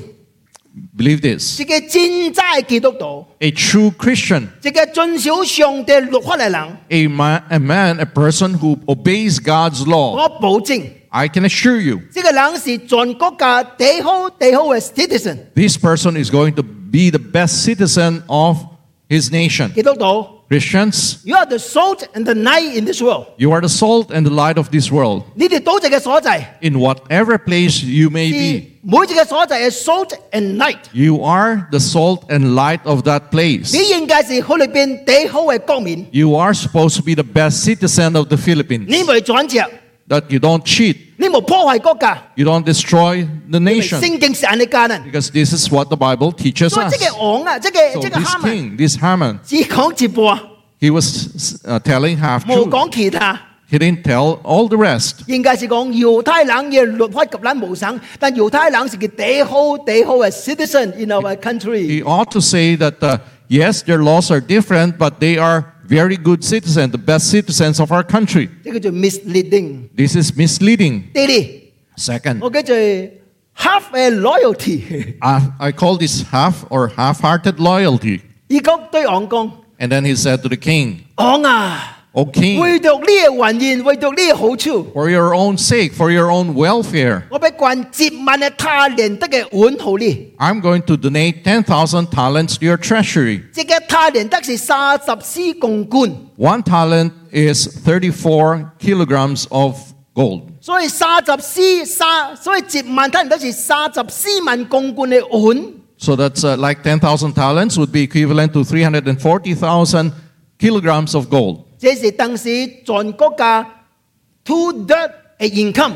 Speaker 3: Believe this.
Speaker 1: 自己真真係基督徒，
Speaker 3: A true Christian,
Speaker 1: 自己遵守上帝律法嘅人，
Speaker 3: a, ma- a man, a person who obeys God's law,
Speaker 1: 我保證
Speaker 3: I can assure you,
Speaker 1: 呢個人是全國家最好最好嘅 citizen，
Speaker 3: this person is going to be the best citizen of his nation.
Speaker 1: 基督徒。
Speaker 3: Christians,
Speaker 1: You are the salt and the light in this world。
Speaker 3: you are the salt and the light of this world.
Speaker 1: 你哋島籍嘅所在
Speaker 3: In whatever place you may
Speaker 1: 是
Speaker 3: be,
Speaker 1: 每隻嘅所在係 salt and light。
Speaker 3: you are the salt and light of that
Speaker 1: 你
Speaker 3: place.
Speaker 1: 應該是菲律賓最好嘅國民，
Speaker 3: You are supposed to be the best citizen of the
Speaker 1: 你
Speaker 3: Philippines.
Speaker 1: 冇轉折，
Speaker 3: That you don't cheat,
Speaker 1: 你冇破壞國家，
Speaker 3: you don't destroy the
Speaker 1: 因為
Speaker 3: nation.
Speaker 1: 聖經是人嘅家人。
Speaker 3: Because this is what the Bible teaches
Speaker 1: 所以
Speaker 3: us.
Speaker 1: 即個王啊，即個
Speaker 3: So
Speaker 1: 即個
Speaker 3: this
Speaker 1: 哈曼
Speaker 3: king, this Haman,
Speaker 1: 只講接半，
Speaker 3: he was uh, telling half
Speaker 1: 冇
Speaker 3: truth.
Speaker 1: 講其他。
Speaker 3: He didn't tell all the rest.
Speaker 1: 應該是講猶太人嘅律法及咱無省，但猶太人是個最好最好嘅 citizen in our country。
Speaker 3: He ought to say that uh, yes, their laws are different, but they are very good citizens, the best citizens of our country.
Speaker 1: 呢個叫 misleading。
Speaker 3: This is misleading.
Speaker 1: 第二，
Speaker 3: Second,
Speaker 1: 我叫做 half a loyalty。 [LAUGHS]
Speaker 3: I, Uh, I call this half or half-hearted loyalty.
Speaker 1: 伊講對王講：
Speaker 3: And then he said to the king,
Speaker 1: 王啊，
Speaker 3: "O king,
Speaker 1: 為着你嘅原因，為着你嘅好處，
Speaker 3: for your own sake, for your own welfare,
Speaker 1: 我俾捐接萬嘅他連得嘅碗號你。
Speaker 3: I'm going to donate 10,000 talents to your treasury."
Speaker 1: 即個他連得是三十四公斤，
Speaker 3: One talent is 34 kilograms of gold.
Speaker 1: 所以三十四三，所以接萬他連得是三十四萬公斤嘅碗。
Speaker 3: So that's uh, like 10,000 talents would be equivalent to 340,000 kilograms of gold.
Speaker 1: 這是當時全國家 two third 嘅 income。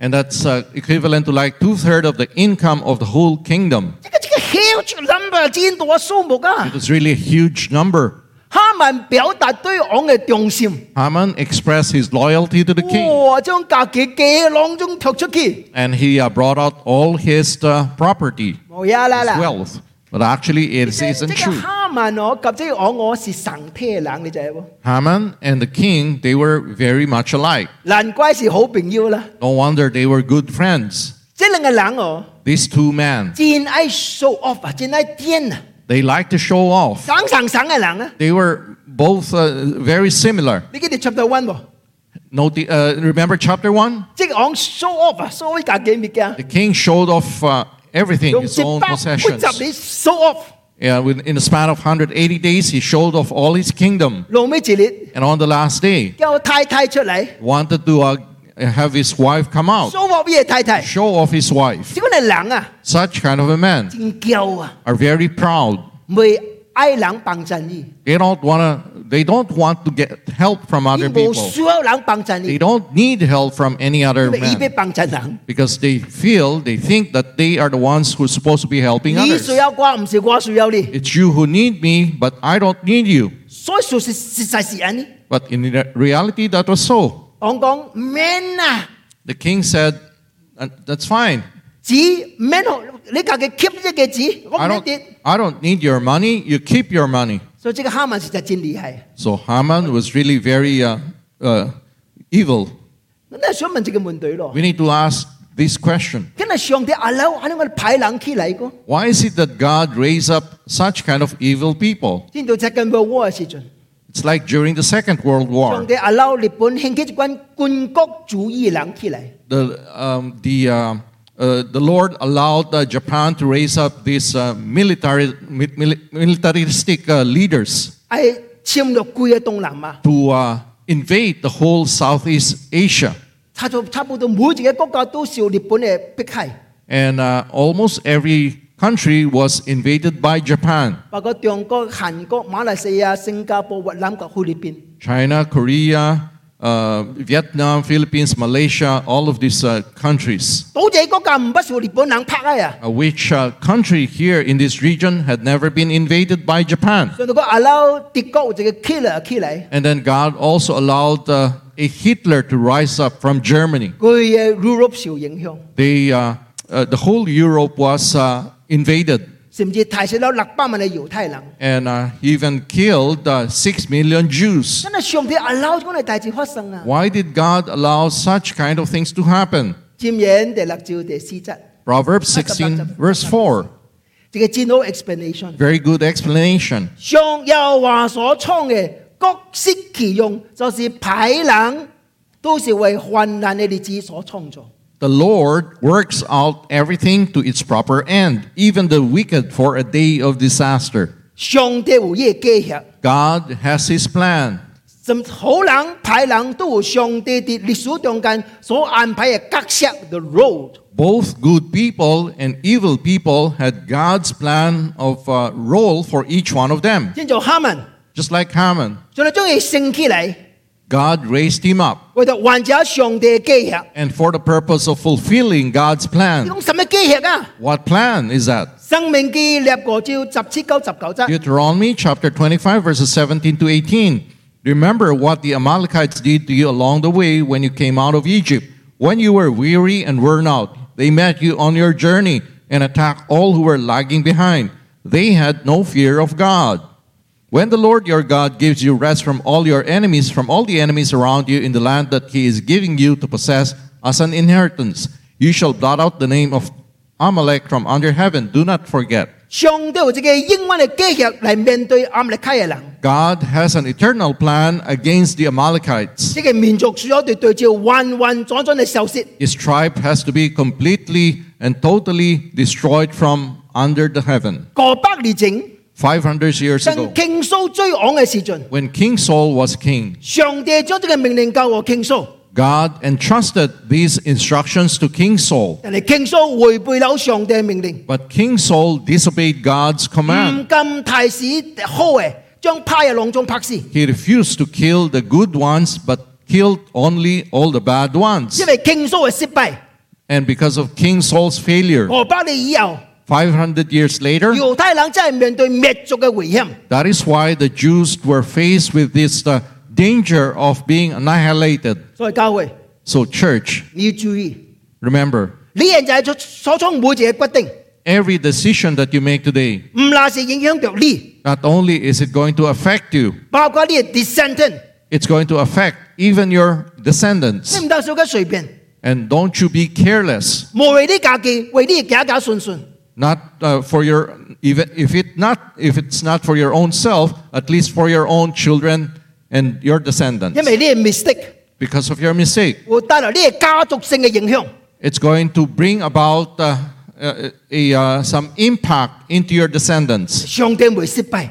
Speaker 3: And that's uh, equivalent to like two thirds of the income of the whole kingdom.
Speaker 1: 這個這個 huge number 真多數目啊
Speaker 3: It！was really a huge number.
Speaker 1: 哈曼表達對王嘅忠心，
Speaker 3: Haman expressed his loyalty to the king
Speaker 1: 哇！將家己嘅囊中踢出去。
Speaker 3: and he uh, brought out all his uh, property,
Speaker 1: 冇呀啦
Speaker 3: his
Speaker 1: 啦。
Speaker 3: wealth. But actually, it
Speaker 1: 即即
Speaker 3: isn't
Speaker 1: 個
Speaker 3: true.
Speaker 1: 哈曼我及即我我哦是神體嘅人，你知冇？
Speaker 3: Haman and the king, they were very much alike.
Speaker 1: 難怪是好朋友啦。
Speaker 3: No wonder they were good friends.
Speaker 1: 即兩個人哦，
Speaker 3: These two men,
Speaker 1: 真愛 show off 啊，真愛癲啊，
Speaker 3: they like to show off.
Speaker 1: 省省省嘅人啊！
Speaker 3: They were both uh, very similar.
Speaker 1: 你記得 chapter one 喎，
Speaker 3: Noti- uh, remember chapter 1?
Speaker 1: 即王 show off 啊，show 家己物件。
Speaker 3: The king showed off uh, everything,
Speaker 1: 用
Speaker 3: his
Speaker 1: 一
Speaker 3: own
Speaker 1: 百五
Speaker 3: possessions.
Speaker 1: 十你 show off，
Speaker 3: Yeah, with- in the span of 180 days, he showed off all his kingdom.
Speaker 1: 老尾一日
Speaker 3: And on the last day,
Speaker 1: 叫太太出嚟
Speaker 3: wanted to uh, have his wife come out,
Speaker 1: ，show off 嘅太太。
Speaker 3: show off his wife.
Speaker 1: 呢個人啊，
Speaker 3: Such kind of a man
Speaker 1: 真驕啊，
Speaker 3: are very proud.
Speaker 1: 未愛人幫襯伊，
Speaker 3: They don't want to. They don't want to get help from
Speaker 1: 伊
Speaker 3: other
Speaker 1: 無
Speaker 3: people.
Speaker 1: 需要人幫襯
Speaker 3: They
Speaker 1: 伊，
Speaker 3: don't need help from any other
Speaker 1: 因為伊
Speaker 3: man.
Speaker 1: 要幫襯人。
Speaker 3: because they feel, they think that they are the ones who are supposed to be helping
Speaker 1: 你
Speaker 3: others.
Speaker 1: 需要我，唔是我需要你。
Speaker 3: It's you who need me, but I don't need you.
Speaker 1: 所以就是實在是安尼。
Speaker 3: But in re- reality, that was so.
Speaker 1: 我講唔免啊，
Speaker 3: The king said, "Uh, That's fine.
Speaker 1: 紙唔免學，你家己 keep 呢個紙，我
Speaker 3: I
Speaker 1: 唔免
Speaker 3: don't,
Speaker 1: 跌。
Speaker 3: I don't need your money. You keep your money.
Speaker 1: 所以這個哈曼實在真厲害。
Speaker 3: So Haman was really very uh, uh, evil.
Speaker 1: 那想問這個問題咯，
Speaker 3: We need to ask this question
Speaker 1: 今日上帝阿老安尼我哋派人起嚟個，
Speaker 3: Why is it that God raised up such kind of evil people?
Speaker 1: 先到七近冇我嘅時陣。
Speaker 3: It's like during the Second World
Speaker 1: 上
Speaker 3: War.
Speaker 1: 帝阿老日本興起一軍軍國主義人起嚟，
Speaker 3: the um, the um, uh, the Lord allowed uh, Japan to raise up these uh, military mi- mili- militaristic uh, leaders
Speaker 1: 係侵略貴嘅東南亞，
Speaker 3: to uh, invade the whole Southeast Asia,
Speaker 1: 差咗差不多每一個國家都受日本嘅迫害，
Speaker 3: and uh, almost every country was invaded by Japan:
Speaker 1: 包括中國、韓國、馬來西亞、新加坡、越南及菲律賓。
Speaker 3: China, Korea, uh, Vietnam, Philippines, Malaysia, all of these uh, countries.
Speaker 1: 島際國家唔不受日本人拍啊！
Speaker 3: Uh, which uh, country here in this region had never been invaded by Japan?
Speaker 1: 上到個阿老敵國有一個 killer 起嚟，
Speaker 3: And then God also allowed uh, a Hitler to rise up from Germany.
Speaker 1: 佢嘅 Europe 受影響，
Speaker 3: They, uh, uh, the whole Europe was uh, invaded,
Speaker 1: 甚至提死咗六百萬嘅猶太人。
Speaker 3: and uh, he even killed uh, six million Jews.
Speaker 1: 真係上帝阿老咁嘅大事發生啊！
Speaker 3: Why did God allow such kind of things to happen?
Speaker 1: 箴言第六章第四節，
Speaker 3: Proverbs 16, verse 4.
Speaker 1: 這個真好 explanation。
Speaker 3: Very good explanation.
Speaker 1: 上有話所創嘅各適其用，就是派人都是為患難嘅日子所創造。
Speaker 3: The Lord works out everything to its proper end, even the wicked for a day of disaster.
Speaker 1: 上帝有伊嘅計劃，
Speaker 3: God has his plan.
Speaker 1: 甚至好人、歹人都有上帝喺歷史中間所安排嘅角色 the road。
Speaker 3: Both good people and evil people had God's plan of uh, role for each one of them.
Speaker 1: 先做哈文，
Speaker 3: Just like Haman,
Speaker 1: 就嚟將佢升起嚟，
Speaker 3: God raised him up,
Speaker 1: 為咗完成上帝嘅計劃。
Speaker 3: and for the purpose of fulfilling God's
Speaker 1: 你
Speaker 3: plan.
Speaker 1: 講什麼計劃啊？
Speaker 3: What plan is that?
Speaker 1: 生命記列過照十七九十九節。
Speaker 3: Deuteronomy chapter 25, verses 17 to 18. Remember what the Amalekites did to you along the way when you came out of Egypt. When you were weary and worn out, they met you on your journey and attacked all who were lagging behind. They had no fear of God. When the Lord your God gives you rest from all your enemies, from all the enemies around you in the land that he is giving you to possess as an inheritance, you shall blot out the name of Amalek from under heaven. Do not forget.
Speaker 1: 上帝有一個英文嘅計劃嚟面對亞利卡嘅人，
Speaker 3: God has an eternal plan against the Amalekites.
Speaker 1: 呢個民族需要對對照完完整整嘅消息。
Speaker 3: His tribe has to be completely and totally destroyed from under the heaven.
Speaker 1: 過百年前，
Speaker 3: 500 years
Speaker 1: 趁
Speaker 3: ago,
Speaker 1: 傾蘇追昂嘅時陣，
Speaker 3: when King Saul was king,
Speaker 1: 上帝將呢個命令交我傾蘇，
Speaker 3: God entrusted these instructions to King Saul.
Speaker 1: 但係傾蘇違背了上帝嘅命令，
Speaker 3: But King Saul disobeyed God's
Speaker 1: 唔
Speaker 3: command.
Speaker 1: 敢太使好嘅，將派嘅囊中拍死，
Speaker 3: He refused to kill the good ones, but killed only all the bad ones.
Speaker 1: 因為傾蘇嘅失敗。
Speaker 3: And because of King Saul's failure,
Speaker 1: 過百年以後，
Speaker 3: 500 years later,
Speaker 1: 猶太人真係面對滅族嘅危險，
Speaker 3: That is why the Jews were faced with this uh, danger of being annihilated.
Speaker 1: 所以教會
Speaker 3: So, church,
Speaker 1: 你要注意，
Speaker 3: remember,
Speaker 1: 你現在所所創每一個決定，
Speaker 3: every decision that you make today,
Speaker 1: 唔那是影響着你。
Speaker 3: not only is it going to affect you,
Speaker 1: 包括你嘅 descendant，
Speaker 3: it's going to affect even your
Speaker 1: 你
Speaker 3: descendants.
Speaker 1: 唔得少嘅隨便，
Speaker 3: And don't you be careless,
Speaker 1: 無為你家己，為你家家順順。
Speaker 3: not uh, for your even if it not if it's not for your own self, at least for your own children and your
Speaker 1: 因
Speaker 3: descendants.
Speaker 1: 為你嘅 mistake
Speaker 3: Because of your mistake,
Speaker 1: 會帶來你嘅家族性嘅影響，
Speaker 3: it's going to bring about uh, uh, a, uh, some impact into your descendants.
Speaker 1: 上帝唔會失敗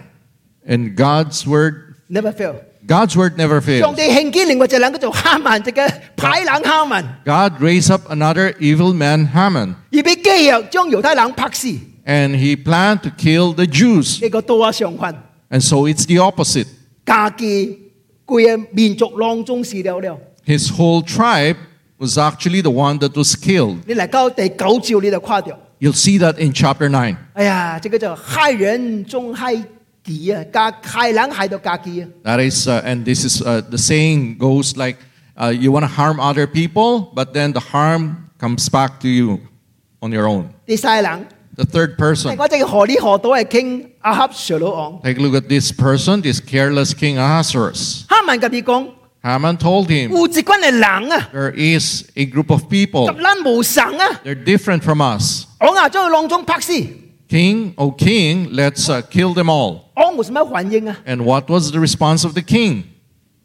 Speaker 3: And God's word,
Speaker 1: ，never fail。
Speaker 3: God's word never
Speaker 1: 上
Speaker 3: fails.
Speaker 1: 帝興起另外一個人叫做哈曼，一個派人哈曼，
Speaker 3: God raised up another evil man, Haman,
Speaker 1: 而俾基約將猶太人拍死，
Speaker 3: and he planned to kill the Jews.
Speaker 1: 呢個多啊上犯，
Speaker 3: And so it's the opposite.
Speaker 1: 家己佢嘅民族當中死了了。
Speaker 3: His whole tribe was actually the one that was killed.
Speaker 1: 你嚟到第九章你就跨掉，
Speaker 3: You'll see that in chapter 9.
Speaker 1: 哎呀，這個就害人終害己啊，家害人害到家己啊。
Speaker 3: That is, uh, and this is uh, the saying goes like, uh, you want to harm other people, but then the harm comes back to you on your own.
Speaker 1: 第三人。
Speaker 3: The third
Speaker 1: 係
Speaker 3: person.
Speaker 1: 我哋何里何島係傾阿恰上老王，
Speaker 3: Take a look at this person, this careless King Ahasuerus.
Speaker 1: 哈曼甲伊講：
Speaker 3: Haman told him,
Speaker 1: 有一群嘅人啊，
Speaker 3: There is a group of
Speaker 1: 甲
Speaker 3: people.
Speaker 1: 咱無相啊，
Speaker 3: They're different from us.
Speaker 1: 王啊將佢囊中拍死，
Speaker 3: King, O king, let's uh, kill them all.
Speaker 1: 王有什麼反應啊？
Speaker 3: And what was the response of the king?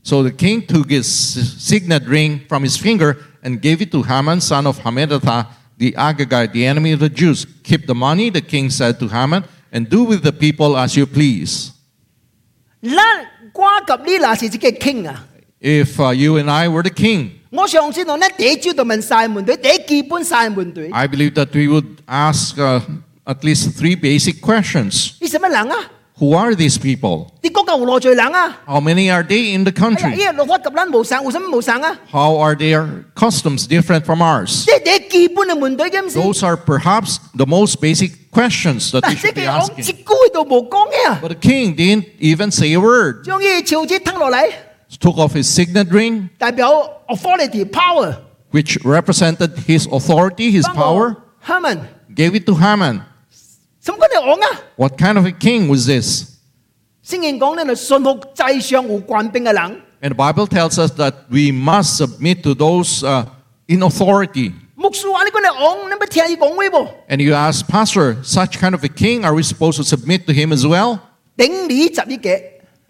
Speaker 3: So the king took his s- signet ring from his finger and gave it to Haman, son of Hammedatha, the Agagite, the enemy of the Jews. Keep the money, the king said to Haman, and do with the people as you please.
Speaker 1: 咱我甲你若是一個傾啊，
Speaker 3: If uh, you and I were the king,
Speaker 1: 我相信我咧第一招就問晒問題，第一基本晒問題，
Speaker 3: I believe that we would ask uh, at least three basic questions.
Speaker 1: 你什麼人啊？
Speaker 3: Who are these people?
Speaker 1: 你國家有偌濟人啊？
Speaker 3: How many are they in the
Speaker 1: 哎呀，
Speaker 3: country?
Speaker 1: 依個落法甲咱無相，有什麼無相啊？
Speaker 3: How are their customs different from ours?
Speaker 1: 即係第一基本嘅問題，咁先。
Speaker 3: Those are perhaps the most basic questions that
Speaker 1: 但
Speaker 3: we
Speaker 1: 係
Speaker 3: should
Speaker 1: 個
Speaker 3: be
Speaker 1: 王一
Speaker 3: asking.
Speaker 1: 句都冇講嘅，
Speaker 3: But the king didn't even say a word.
Speaker 1: 將伊潮子吞落嚟，
Speaker 3: Took off his signet ring,
Speaker 1: 代表 authority power。
Speaker 3: which represented his authority, his power,
Speaker 1: Haman，
Speaker 3: gave it to Haman.
Speaker 1: 什麼叫王啊？
Speaker 3: What kind of a king was this?
Speaker 1: 聖經講咧，就信服祭上有官兵嘅人，
Speaker 3: And the Bible tells us that we must submit to those uh, in authority.
Speaker 1: 牧師話：你講你王，你咪聽伊講話噃，
Speaker 3: And you ask, Pastor, such kind of a king, are we supposed to submit to him as well?
Speaker 1: 頂禮十一個，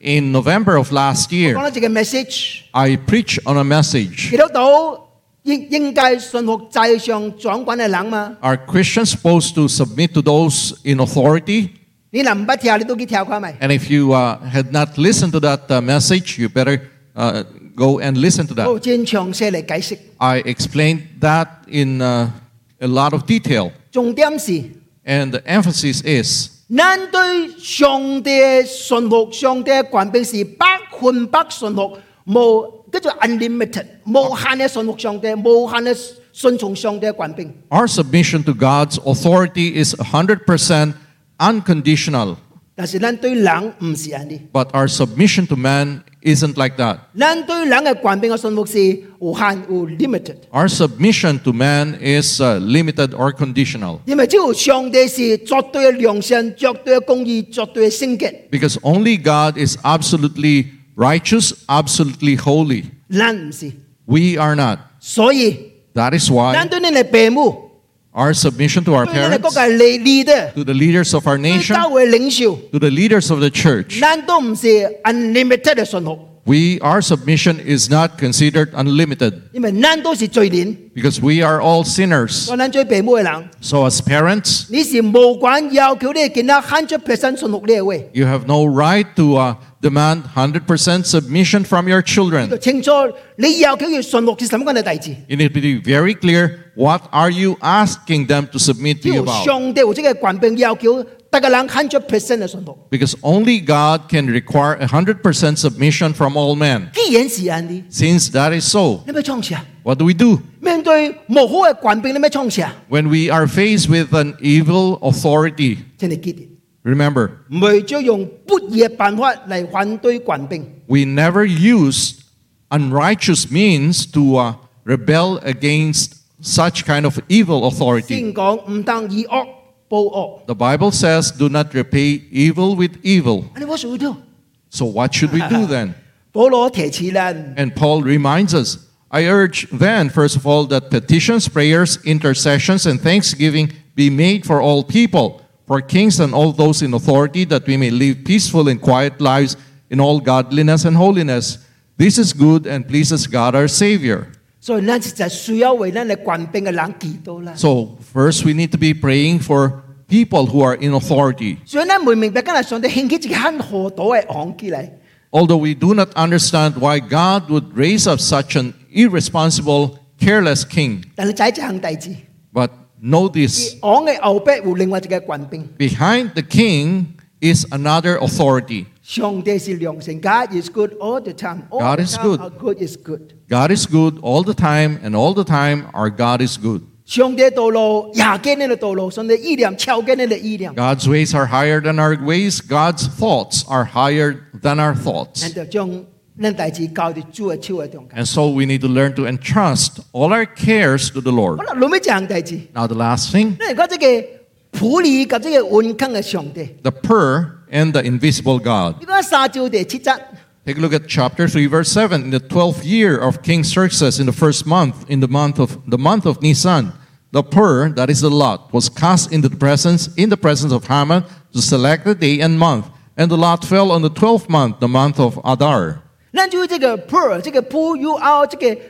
Speaker 3: In November of last year,
Speaker 1: Có nói cái message
Speaker 3: I preached on a message.
Speaker 1: Kitô hữu應應該信服制上掌管嘅人嘛。
Speaker 3: Are Christians supposed to submit to those in authority?
Speaker 1: 你能唔聽你都幾聽佢咪？
Speaker 3: And if you uh, had not listened to that uh, message, you better uh, go and listen to
Speaker 1: 我
Speaker 3: that.
Speaker 1: 專詳細嚟解釋。
Speaker 3: I explained that in uh, a lot of detail.
Speaker 1: 重點是，
Speaker 3: And the emphasis is
Speaker 1: 人對上帝嘅信服，上帝嘅權柄是百分百信服，無叫做 unlimited，無限嘅信服上帝，無限嘅順從上帝嘅權柄。
Speaker 3: our submission to God's authority is 100% unconditional,
Speaker 1: 但是人對人唔是咁啲，
Speaker 3: but our submission to man isn't like that.
Speaker 1: 人對人嘅權柄嘅信服是無限無 limited。
Speaker 3: Our submission to man is uh, limited or conditional
Speaker 1: 因為只有上帝是絕對嘅良善、絕對嘅公義、絕對嘅聖潔。
Speaker 3: because only God is absolutely righteous, absolutely holy.
Speaker 1: 人唔是，
Speaker 3: We are not.
Speaker 1: 所以
Speaker 3: That is
Speaker 1: 人
Speaker 3: why
Speaker 1: 對你哋父母、
Speaker 3: our submission to our
Speaker 1: 對你哋國
Speaker 3: parents,
Speaker 1: 家嘅 leader、
Speaker 3: to the leaders of our
Speaker 1: 對
Speaker 3: nation,
Speaker 1: 教會領袖，
Speaker 3: to the leaders of the church,
Speaker 1: 人都唔是 unlimited 嘅信號，
Speaker 3: we our submission is not considered unlimited
Speaker 1: 因為人都是罪人，
Speaker 3: because we are all sinners.
Speaker 1: 我人最父母嘅人，
Speaker 3: So as parents,
Speaker 1: 你是無管要求你嘅囡仔 hundred percent 信服你嘅話，
Speaker 3: you have no right to uh, demand 100% submission from your
Speaker 1: 就
Speaker 3: children.
Speaker 1: 清楚你要求要信服是什麼樣嘅大事。
Speaker 3: You need to be very clear what are you asking them to submit to
Speaker 1: 只
Speaker 3: you
Speaker 1: 有
Speaker 3: about
Speaker 1: 上帝或者嘅權柄要求，大家人 hundred percent 嘅信服。
Speaker 3: because only God can require 100% submission from all men.
Speaker 1: 既然是咁啲，
Speaker 3: Since that is so,
Speaker 1: 你咪創始啊！
Speaker 3: what do we do?
Speaker 1: 面對無好嘅權柄，你咪創始啊！
Speaker 3: When we are faced with an evil authority,
Speaker 1: 真係記得。
Speaker 3: remember,
Speaker 1: 唔係將用不義嘅辦法嚟反對官兵，
Speaker 3: we never use unrighteous means to uh, rebel against such kind of evil authority.
Speaker 1: 先講唔當以惡報惡。
Speaker 3: The Bible says, do not repay evil with evil.
Speaker 1: 你我數到，
Speaker 3: So, what should we do then?
Speaker 1: 保羅提示人，
Speaker 3: And Paul reminds us I urge then, first of all, that petitions, prayers, intercessions, and thanksgiving be made for all people, for kings and all those in authority, that we may live peaceful and quiet lives in all godliness and holiness. This is good and pleases God our Savior.
Speaker 1: 所以呢就係需要為咱嘅官兵嘅人祈禱啦。
Speaker 3: So, first we need to be praying for people who are in authority.
Speaker 1: 所以咱唔明白今日上帝興起一個很何道嘅王起嚟，
Speaker 3: Although we do not understand why God would raise up such an irresponsible, careless king,
Speaker 1: 但係就係一項大事。
Speaker 3: but know this.
Speaker 1: 王嘅後背有另外一個官兵，
Speaker 3: Behind the king is another authority.
Speaker 1: 上帝是良善，God is good all the time. All
Speaker 3: God
Speaker 1: the
Speaker 3: is
Speaker 1: time
Speaker 3: good.
Speaker 1: our good is good.
Speaker 3: God is good all the time, and all the time our God is good.
Speaker 1: 上帝嘅道路也跟你嘅道路，上帝意念超跟你嘅意念。
Speaker 3: God's ways are higher than our ways, God's thoughts are higher than our thoughts.
Speaker 1: 咱就將咱代志交伫主嘅手嘅中間。
Speaker 3: And so we need to learn to entrust all our cares to the
Speaker 1: 好
Speaker 3: Lord.
Speaker 1: 啦，落尾一項代志，
Speaker 3: Now, the last thing
Speaker 1: 咱嚟講即個普利及即個安康嘅上帝。
Speaker 3: the purr and the invisible God.
Speaker 1: 你講三章第七節，
Speaker 3: Take a look at chapter 3, verse 7. In the twelfth year of King Xerxes, in the first month, in the month of the month of Nisan, the pur, that is the lot, was cast into the presence, in the presence of Haman to select the day and month. And the lot fell on the twelfth month, the month of Adar.
Speaker 1: 咱就即個普爾，即個普 U R，即個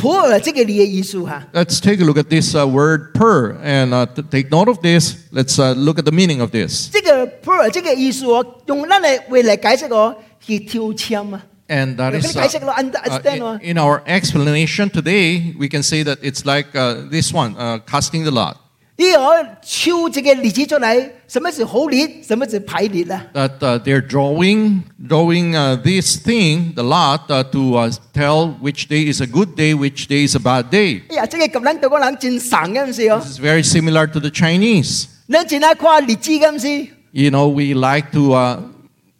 Speaker 1: 普爾即個字嘅意思哈。
Speaker 3: Let's take a look at this uh, word pur and uh, t- take note of this. Let's uh, look at the meaning of this.
Speaker 1: 即個普爾即個意思哦，用咱嘅話嚟解釋哦，係挑籤啊。
Speaker 3: And that
Speaker 1: Okay,
Speaker 3: is uh,
Speaker 1: I said, "Understand,
Speaker 3: in-
Speaker 1: uh,
Speaker 3: in, our explanation today, we can say that it's like uh, this one, uh, casting the lot.
Speaker 1: 你可哎抽一個例子出嚟，什麼是好列，什麼是排列啊？
Speaker 3: that uh, they're drawing drawing uh, this thing the lot uh, to uh, tell which day is a good day which day is a bad day
Speaker 1: 哎呀，即個及咱對個人真神嘅唔是哦
Speaker 3: this，is very similar to the chinese
Speaker 1: 咱真係看例子嘅唔是。
Speaker 3: you know we like to uh,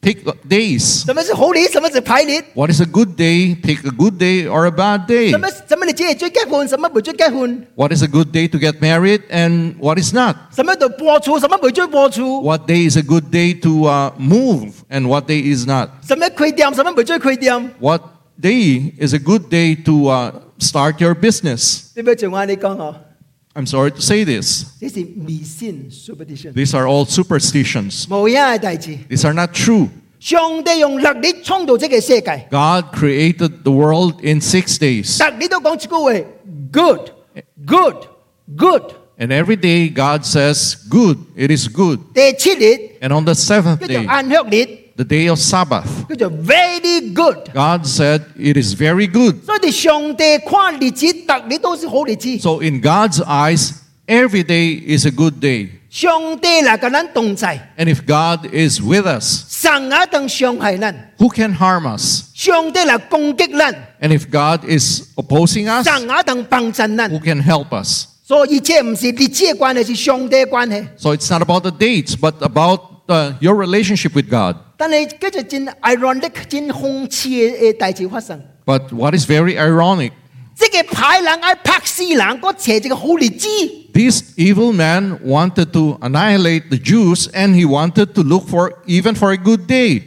Speaker 3: pick days
Speaker 1: 什么是好理？什么是排列？
Speaker 3: what is a good day pick a good day or a bad day
Speaker 1: 什么什么你只系最结婚，什么唔最结婚？
Speaker 3: what is a good day to get married and what is not
Speaker 1: 什么就播出，什么唔最播出？
Speaker 3: what day is a good day to uh, move and what day is not
Speaker 1: 什么开店，什么唔最开店？
Speaker 3: what day is a good day to uh, start your business
Speaker 1: 你咪像我你讲哦，
Speaker 3: i'm sorry to say this
Speaker 1: 这是迷信 superstition，
Speaker 3: These are all superstitions.
Speaker 1: 无影嘅代志。
Speaker 3: These are not true.
Speaker 1: 上帝用能力創造這個世界。
Speaker 3: God created the world in six days.
Speaker 1: 但你都講一句話：good, good, good。
Speaker 3: And every day God says, Good, it is good.
Speaker 1: 第七日
Speaker 3: And on the seventh
Speaker 1: 叫做
Speaker 3: day,
Speaker 1: 安息日，
Speaker 3: the day of Sabbath,
Speaker 1: 叫做 very good。
Speaker 3: God said, It is very good.
Speaker 1: 所以上帝看日子，特你都是好日子。
Speaker 3: So in God's eyes, every day is a good day.
Speaker 1: 上帝嚟跟咱同在，
Speaker 3: And if God is with us,
Speaker 1: 神啊當傷害咱，
Speaker 3: who can harm us?
Speaker 1: 上帝嚟攻擊咱，
Speaker 3: And if God is opposing us,
Speaker 1: 神啊當幫襯咱。
Speaker 3: who can help us?
Speaker 1: 所以这唔是日子嘅關係，是上帝嘅關係。
Speaker 3: So it's not about the dates, but about uh, your relationship with God.
Speaker 1: 但係跟住真 ironic、真諷刺嘅大事發生。
Speaker 3: But what is very ironic,
Speaker 1: 即個歹人愛拍死人，我扯一個好日子。
Speaker 3: this evil man wanted to annihilate the Jews and he wanted to look for even for a good day.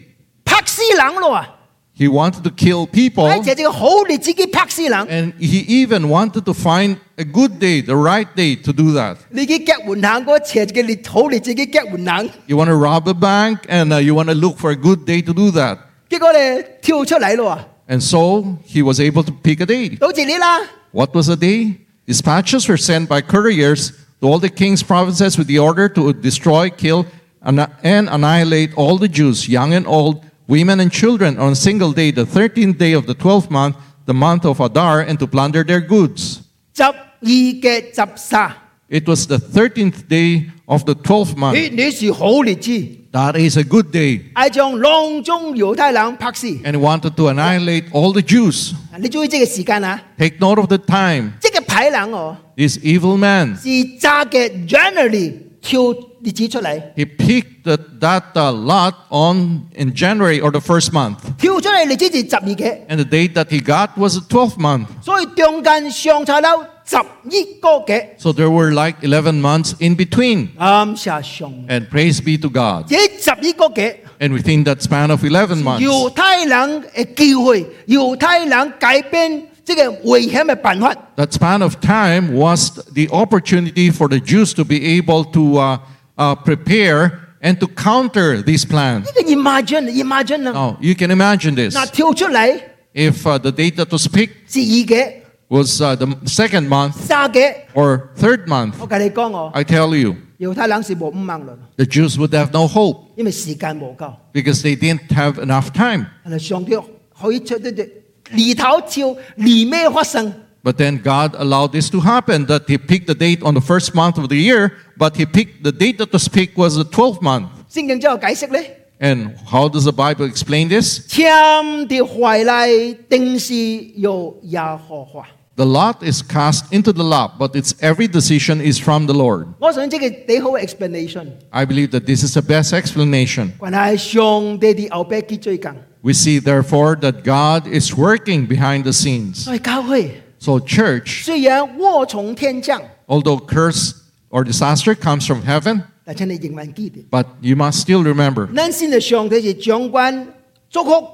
Speaker 1: 拍死人咯啊！
Speaker 3: He wanted to kill people
Speaker 1: 哎，這個好日子去拍死人，
Speaker 3: and he even wanted to find a good day, the right day to do that.
Speaker 1: 你去結婚人，我找一個日好日子去結婚人，
Speaker 3: You want to rob a bank and uh, you want to look for a good day to do that.
Speaker 1: 結果咧跳出嚟咯啊！
Speaker 3: And so he was able to pick a day.
Speaker 1: 到這裡啦，
Speaker 3: What was the day? Dispatches were sent by couriers to all the king's provinces with the order to destroy, kill, and and annihilate all the Jews, young and old, women and children, on a single day, the 13th day of the 12th month, the month of Adar, and to plunder their goods.
Speaker 1: 十二嘅十三，
Speaker 3: It was the 13th day of the 12th
Speaker 1: 你
Speaker 3: month.
Speaker 1: 你是好日子，
Speaker 3: That is a good day.
Speaker 1: 係將浪中猶太人拍死。
Speaker 3: And he wanted to annihilate all the Jews.
Speaker 1: 你注意這個時間啊！
Speaker 3: Take note of the time.
Speaker 1: 這個歹人哦，
Speaker 3: This evil man,
Speaker 1: 是炸嘅 January 跳日子出嚟，
Speaker 3: he picked that, that uh, lot on in January or the first month.
Speaker 1: 跳出嚟日子是十二嘅。
Speaker 3: And the date that he got was the 12th month.
Speaker 1: 所以中間相差了十一個嘅，
Speaker 3: So there were like 11 months in between.
Speaker 1: 感謝上帝。
Speaker 3: And praise be to God.
Speaker 1: 這十一個嘅
Speaker 3: And within that span of 11 months,
Speaker 1: 猶太人嘅機會，猶太人改變這個危險嘅辦法，
Speaker 3: that span of time was the opportunity for the Jews to be able to uh, uh, prepare and to counter these plans.
Speaker 1: 呢個 imagine imagine 啊，
Speaker 3: Now, you can imagine this.
Speaker 1: 嗱跳出嚟
Speaker 3: If uh, the date that was picked
Speaker 1: 是二嘅、
Speaker 3: was uh, the second month
Speaker 1: 三嘅，
Speaker 3: or third month,
Speaker 1: 我跟你講哦，
Speaker 3: I tell you,
Speaker 1: 猶太人是冇五萬論，
Speaker 3: the Jews would have no hope
Speaker 1: 因為時間冇夠，
Speaker 3: because they didn't have enough time.
Speaker 1: 但係上帝可以出啲啲年頭跳，年尾發生，
Speaker 3: But then God allowed this to happen that he picked the date on the first month of the year, but he picked the date that was picked was the 12th month.
Speaker 1: 聖經之後解釋咧。
Speaker 3: And how does the Bible explain this?
Speaker 1: 簽的懷內定是有耶和華。
Speaker 3: The lot is cast into the lap, but its every decision is from the Lord.
Speaker 1: 我想這個最好嘅 explanation，
Speaker 3: I believe that this is the best explanation.
Speaker 1: 原來上帝的後背去追緊，
Speaker 3: We see therefore that God is working behind the scenes.
Speaker 1: 所以教會
Speaker 3: So church,
Speaker 1: 雖然禍從天降，
Speaker 3: although curse or disaster comes from heaven,
Speaker 1: 但請你仍然記得，
Speaker 3: but you must still remember
Speaker 1: 咱信嘅上帝是掌管祝福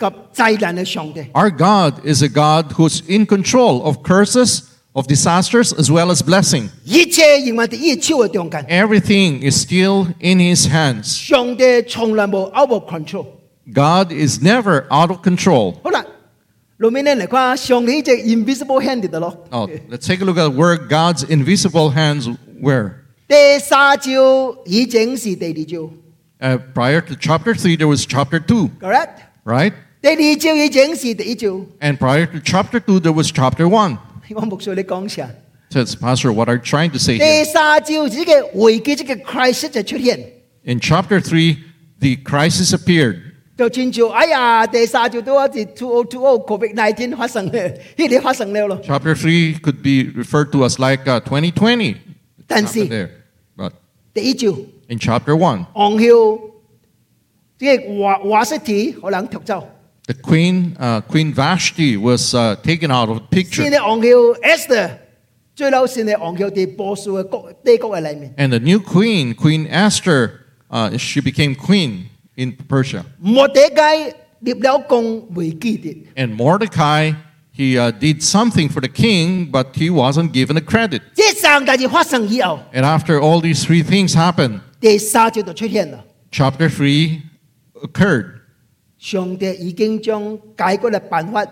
Speaker 1: 及災難嘅上帝。
Speaker 3: Our God is a God who's in control of curses, of disasters, as well as blessing.
Speaker 1: 一切仍然在一手嘅中間，
Speaker 3: Everything is still in His hands.
Speaker 1: 上帝從來冇 out of control。
Speaker 3: God is never out of control.
Speaker 1: 好啦，後面咧嚟看上帝呢隻 invisible hand 得咯。
Speaker 3: Now, let's take a look at where God's invisible hands were.
Speaker 1: 第三招已經是第二招
Speaker 3: Uh, prior to chapter 3, there was chapter 2,
Speaker 1: ，correct？
Speaker 3: right?
Speaker 1: 第二招已經是第一招，
Speaker 3: And prior to chapter 2, there was chapter 1.
Speaker 1: 我牧師你講先。
Speaker 3: Says, Pastor, what are you trying to say
Speaker 1: 第
Speaker 3: here?
Speaker 1: 三招是這個危機，這個 crisis 就出現，
Speaker 3: In chapter 3, the crisis appeared.
Speaker 1: 就親像哎呀，第三招都係 two o two o covid nineteen 發生嘅，呢啲發生了咯。
Speaker 3: Chapter 3 could be referred to as like uh, 2020. It
Speaker 1: Tansi.
Speaker 3: happened there. But
Speaker 1: 第一招，
Speaker 3: in chapter 1,
Speaker 1: 昂曉即個華華式體可能奪走，
Speaker 3: the queen, uh, Queen Vashti, was uh, taken out of the
Speaker 1: 先
Speaker 3: picture.
Speaker 1: 係昂曉 Esther，最嬲先係昂曉佇波斯嘅國帝國嘅裡面，
Speaker 3: And the new queen, Queen Esther, uh, she became queen in Persia.
Speaker 1: 莫底解立了功未記得，
Speaker 3: And Mordecai, he uh, did something for the king, but he wasn't given the credit.
Speaker 1: 這三件事發生以後，
Speaker 3: And after all these three things happened,
Speaker 1: 第三招就出現了。
Speaker 3: chapter 3 occurred.
Speaker 1: 上帝已經將解決嘅辦法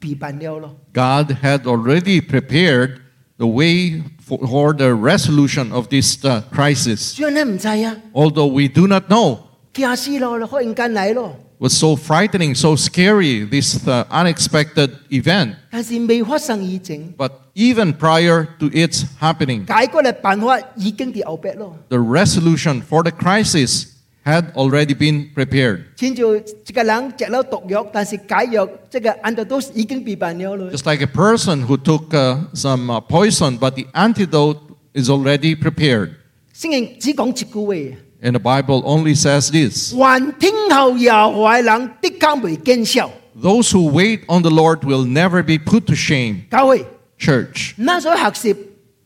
Speaker 1: 備辦了咯。
Speaker 3: God had already prepared the way for, for the resolution of this uh, crisis.
Speaker 1: 雖然你唔制啊，
Speaker 3: Although we do not know,
Speaker 1: 驚死咯，你忽然間嚟咯。
Speaker 3: was so frightening, so scary, this uh, unexpected event.
Speaker 1: 但是未發生以前，
Speaker 3: But even prior to its happening,
Speaker 1: 解決嘅辦法已經喺後壁咯。
Speaker 3: the resolution for the crisis had already been prepared.
Speaker 1: 前就一個人食了毒藥，但是解藥即個 antidote 已經備辦了咯。
Speaker 3: Just like a person who took uh, some uh, poison, but the antidote is already prepared.
Speaker 1: 聖經只講一句話。
Speaker 3: And the Bible only says this
Speaker 1: 還聽候耶和華的人的確未見效。
Speaker 3: Those who wait on the Lord will never be put to shame.
Speaker 1: 教會，
Speaker 3: Church.
Speaker 1: 咱所學習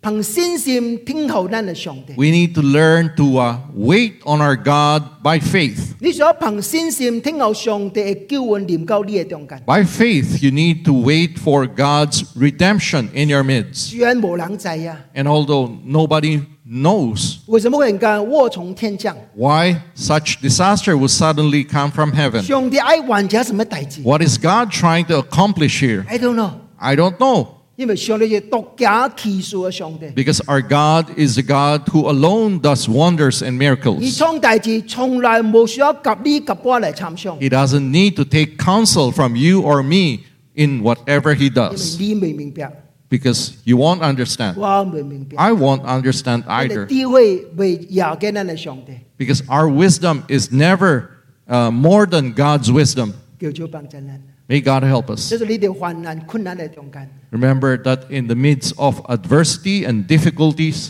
Speaker 1: 憑信心聽候咱的上帝。
Speaker 3: We need to learn to uh, wait on our God by faith.
Speaker 1: 你所憑信心聽候上帝嘅救恩臨到你嘅中間，
Speaker 3: By faith, you need to wait for God's redemption in your midst.
Speaker 1: 雖然無人知啊，
Speaker 3: And although nobody knows
Speaker 1: 為什麼人家禍從天降？
Speaker 3: why such disaster will suddenly come from heaven,
Speaker 1: 上帝愛患者什麼大志
Speaker 3: what is God trying to accomplish here?
Speaker 1: ？I don't know，
Speaker 3: I don't know.
Speaker 1: 因為上帝是獨家奇數嘅上帝，
Speaker 3: Because our God is a God who alone does wonders and
Speaker 1: 伊
Speaker 3: miracles.
Speaker 1: 創大志從來無需要及你及我嚟參詳，因
Speaker 3: He doesn't need to take counsel from you or me in whatever He
Speaker 1: 為
Speaker 3: does.
Speaker 1: 你未明白，
Speaker 3: Because you won't understand.
Speaker 1: 我未明白，
Speaker 3: I won't understand
Speaker 1: 我
Speaker 3: either
Speaker 1: 哋智慧未也見咱嘅上帝。
Speaker 3: because our wisdom is never uh, more than God's wisdom.
Speaker 1: 叫做幫助人。
Speaker 3: May God help us.
Speaker 1: 即係你哋患難困難嘅中間，
Speaker 3: Remember that in the midst of adversity and difficulties,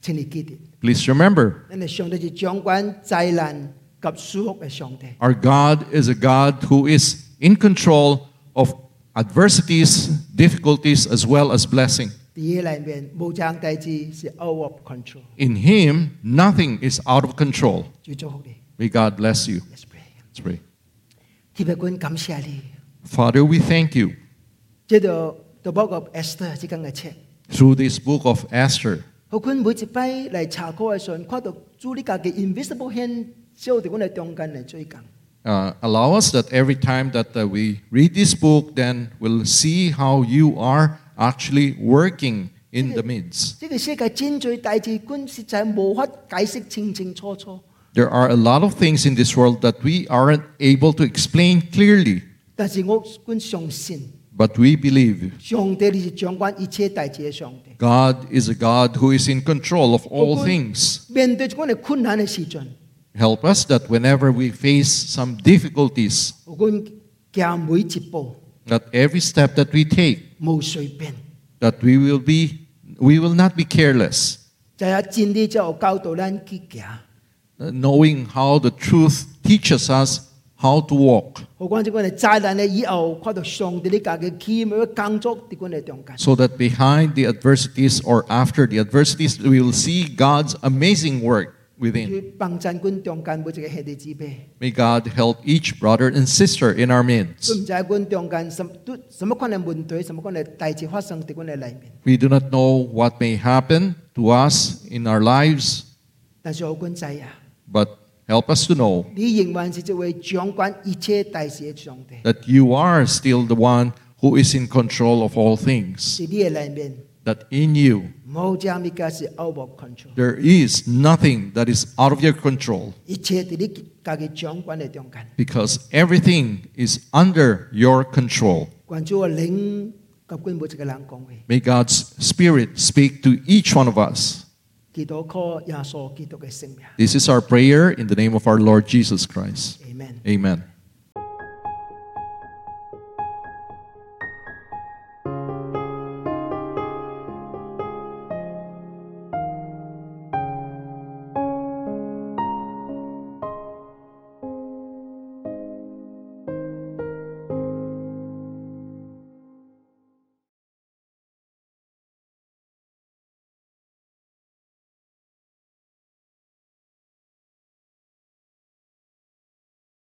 Speaker 1: 請你記住，
Speaker 3: please remember
Speaker 1: 因為上帝是掌管災難及舒服嘅上帝。
Speaker 3: our God is a God who is in control of adversities, difficulties, as well as blessing.
Speaker 1: 第一裏面冇將大志是 out of control，
Speaker 3: In Him, nothing is out of control.
Speaker 1: 主祝福你。
Speaker 3: May God bless you.
Speaker 1: Yes, pray.
Speaker 3: Let's pray.
Speaker 1: 特別君感謝你，
Speaker 3: Father, we thank you
Speaker 1: 即到到包括 Esther 之間嘅책，
Speaker 3: through this book of Esther.
Speaker 1: 好君每一擺嚟查考嘅時候，看到主你家嘅 invisible hand 照到我哋中間嚟追緊。
Speaker 3: uh, allow us that every time that uh, we read this book, then we'll see how you are actually working in the midst.
Speaker 1: 呢個世界真最大志君實在無法解釋清清楚楚。
Speaker 3: There are a lot of things in this world that we aren't able to explain clearly,
Speaker 1: 但是我君相信，
Speaker 3: but we believe
Speaker 1: 上帝你是掌管一切大志嘅上帝。
Speaker 3: God is a God who is in control of all things.
Speaker 1: 面對我哋困難嘅時陣，
Speaker 3: Help us that whenever we face some difficulties,
Speaker 1: 我講行每一步，
Speaker 3: that every step that we take,
Speaker 1: 無隨便，
Speaker 3: that we will be, we will not be careless,
Speaker 1: 就係真理就有教導咱去行。
Speaker 3: uh, knowing how the truth teaches us how to walk.
Speaker 1: 我講即我哋災難嘅以後，看到上帝你家嘅奇妙嘅工作喺我哋中間。
Speaker 3: so that behind the adversities or after the adversities, we will see God's amazing work within.
Speaker 1: 去幫襯君中間每一個兄弟姊妹，
Speaker 3: May God help each brother and sister in our
Speaker 1: 佢
Speaker 3: midst.
Speaker 1: 唔知君中間什都什麼款嘅問題，什麼款嘅大事發生喺我哋裏面。
Speaker 3: We do not know what may happen to us in our lives,
Speaker 1: 但是我君仔啊，
Speaker 3: but help us to know
Speaker 1: 你仍然是這位掌管一切大事嘅上帝，
Speaker 3: that you are still the one who is in control of all things,
Speaker 1: 是你嘅裏面。
Speaker 3: that in you
Speaker 1: 冇只物件是 out of control，
Speaker 3: there is nothing that is out of your control
Speaker 1: 一切在你家嘅掌管嘅中間。
Speaker 3: because everything is under your control.
Speaker 1: 關注我靈及君每一個人講話，
Speaker 3: May God's Spirit speak to each one of us.
Speaker 1: 祈禱靠耶穌基督嘅聖名。
Speaker 3: This is our prayer in the name of our Lord Jesus Christ.
Speaker 1: Amen.
Speaker 3: Amen.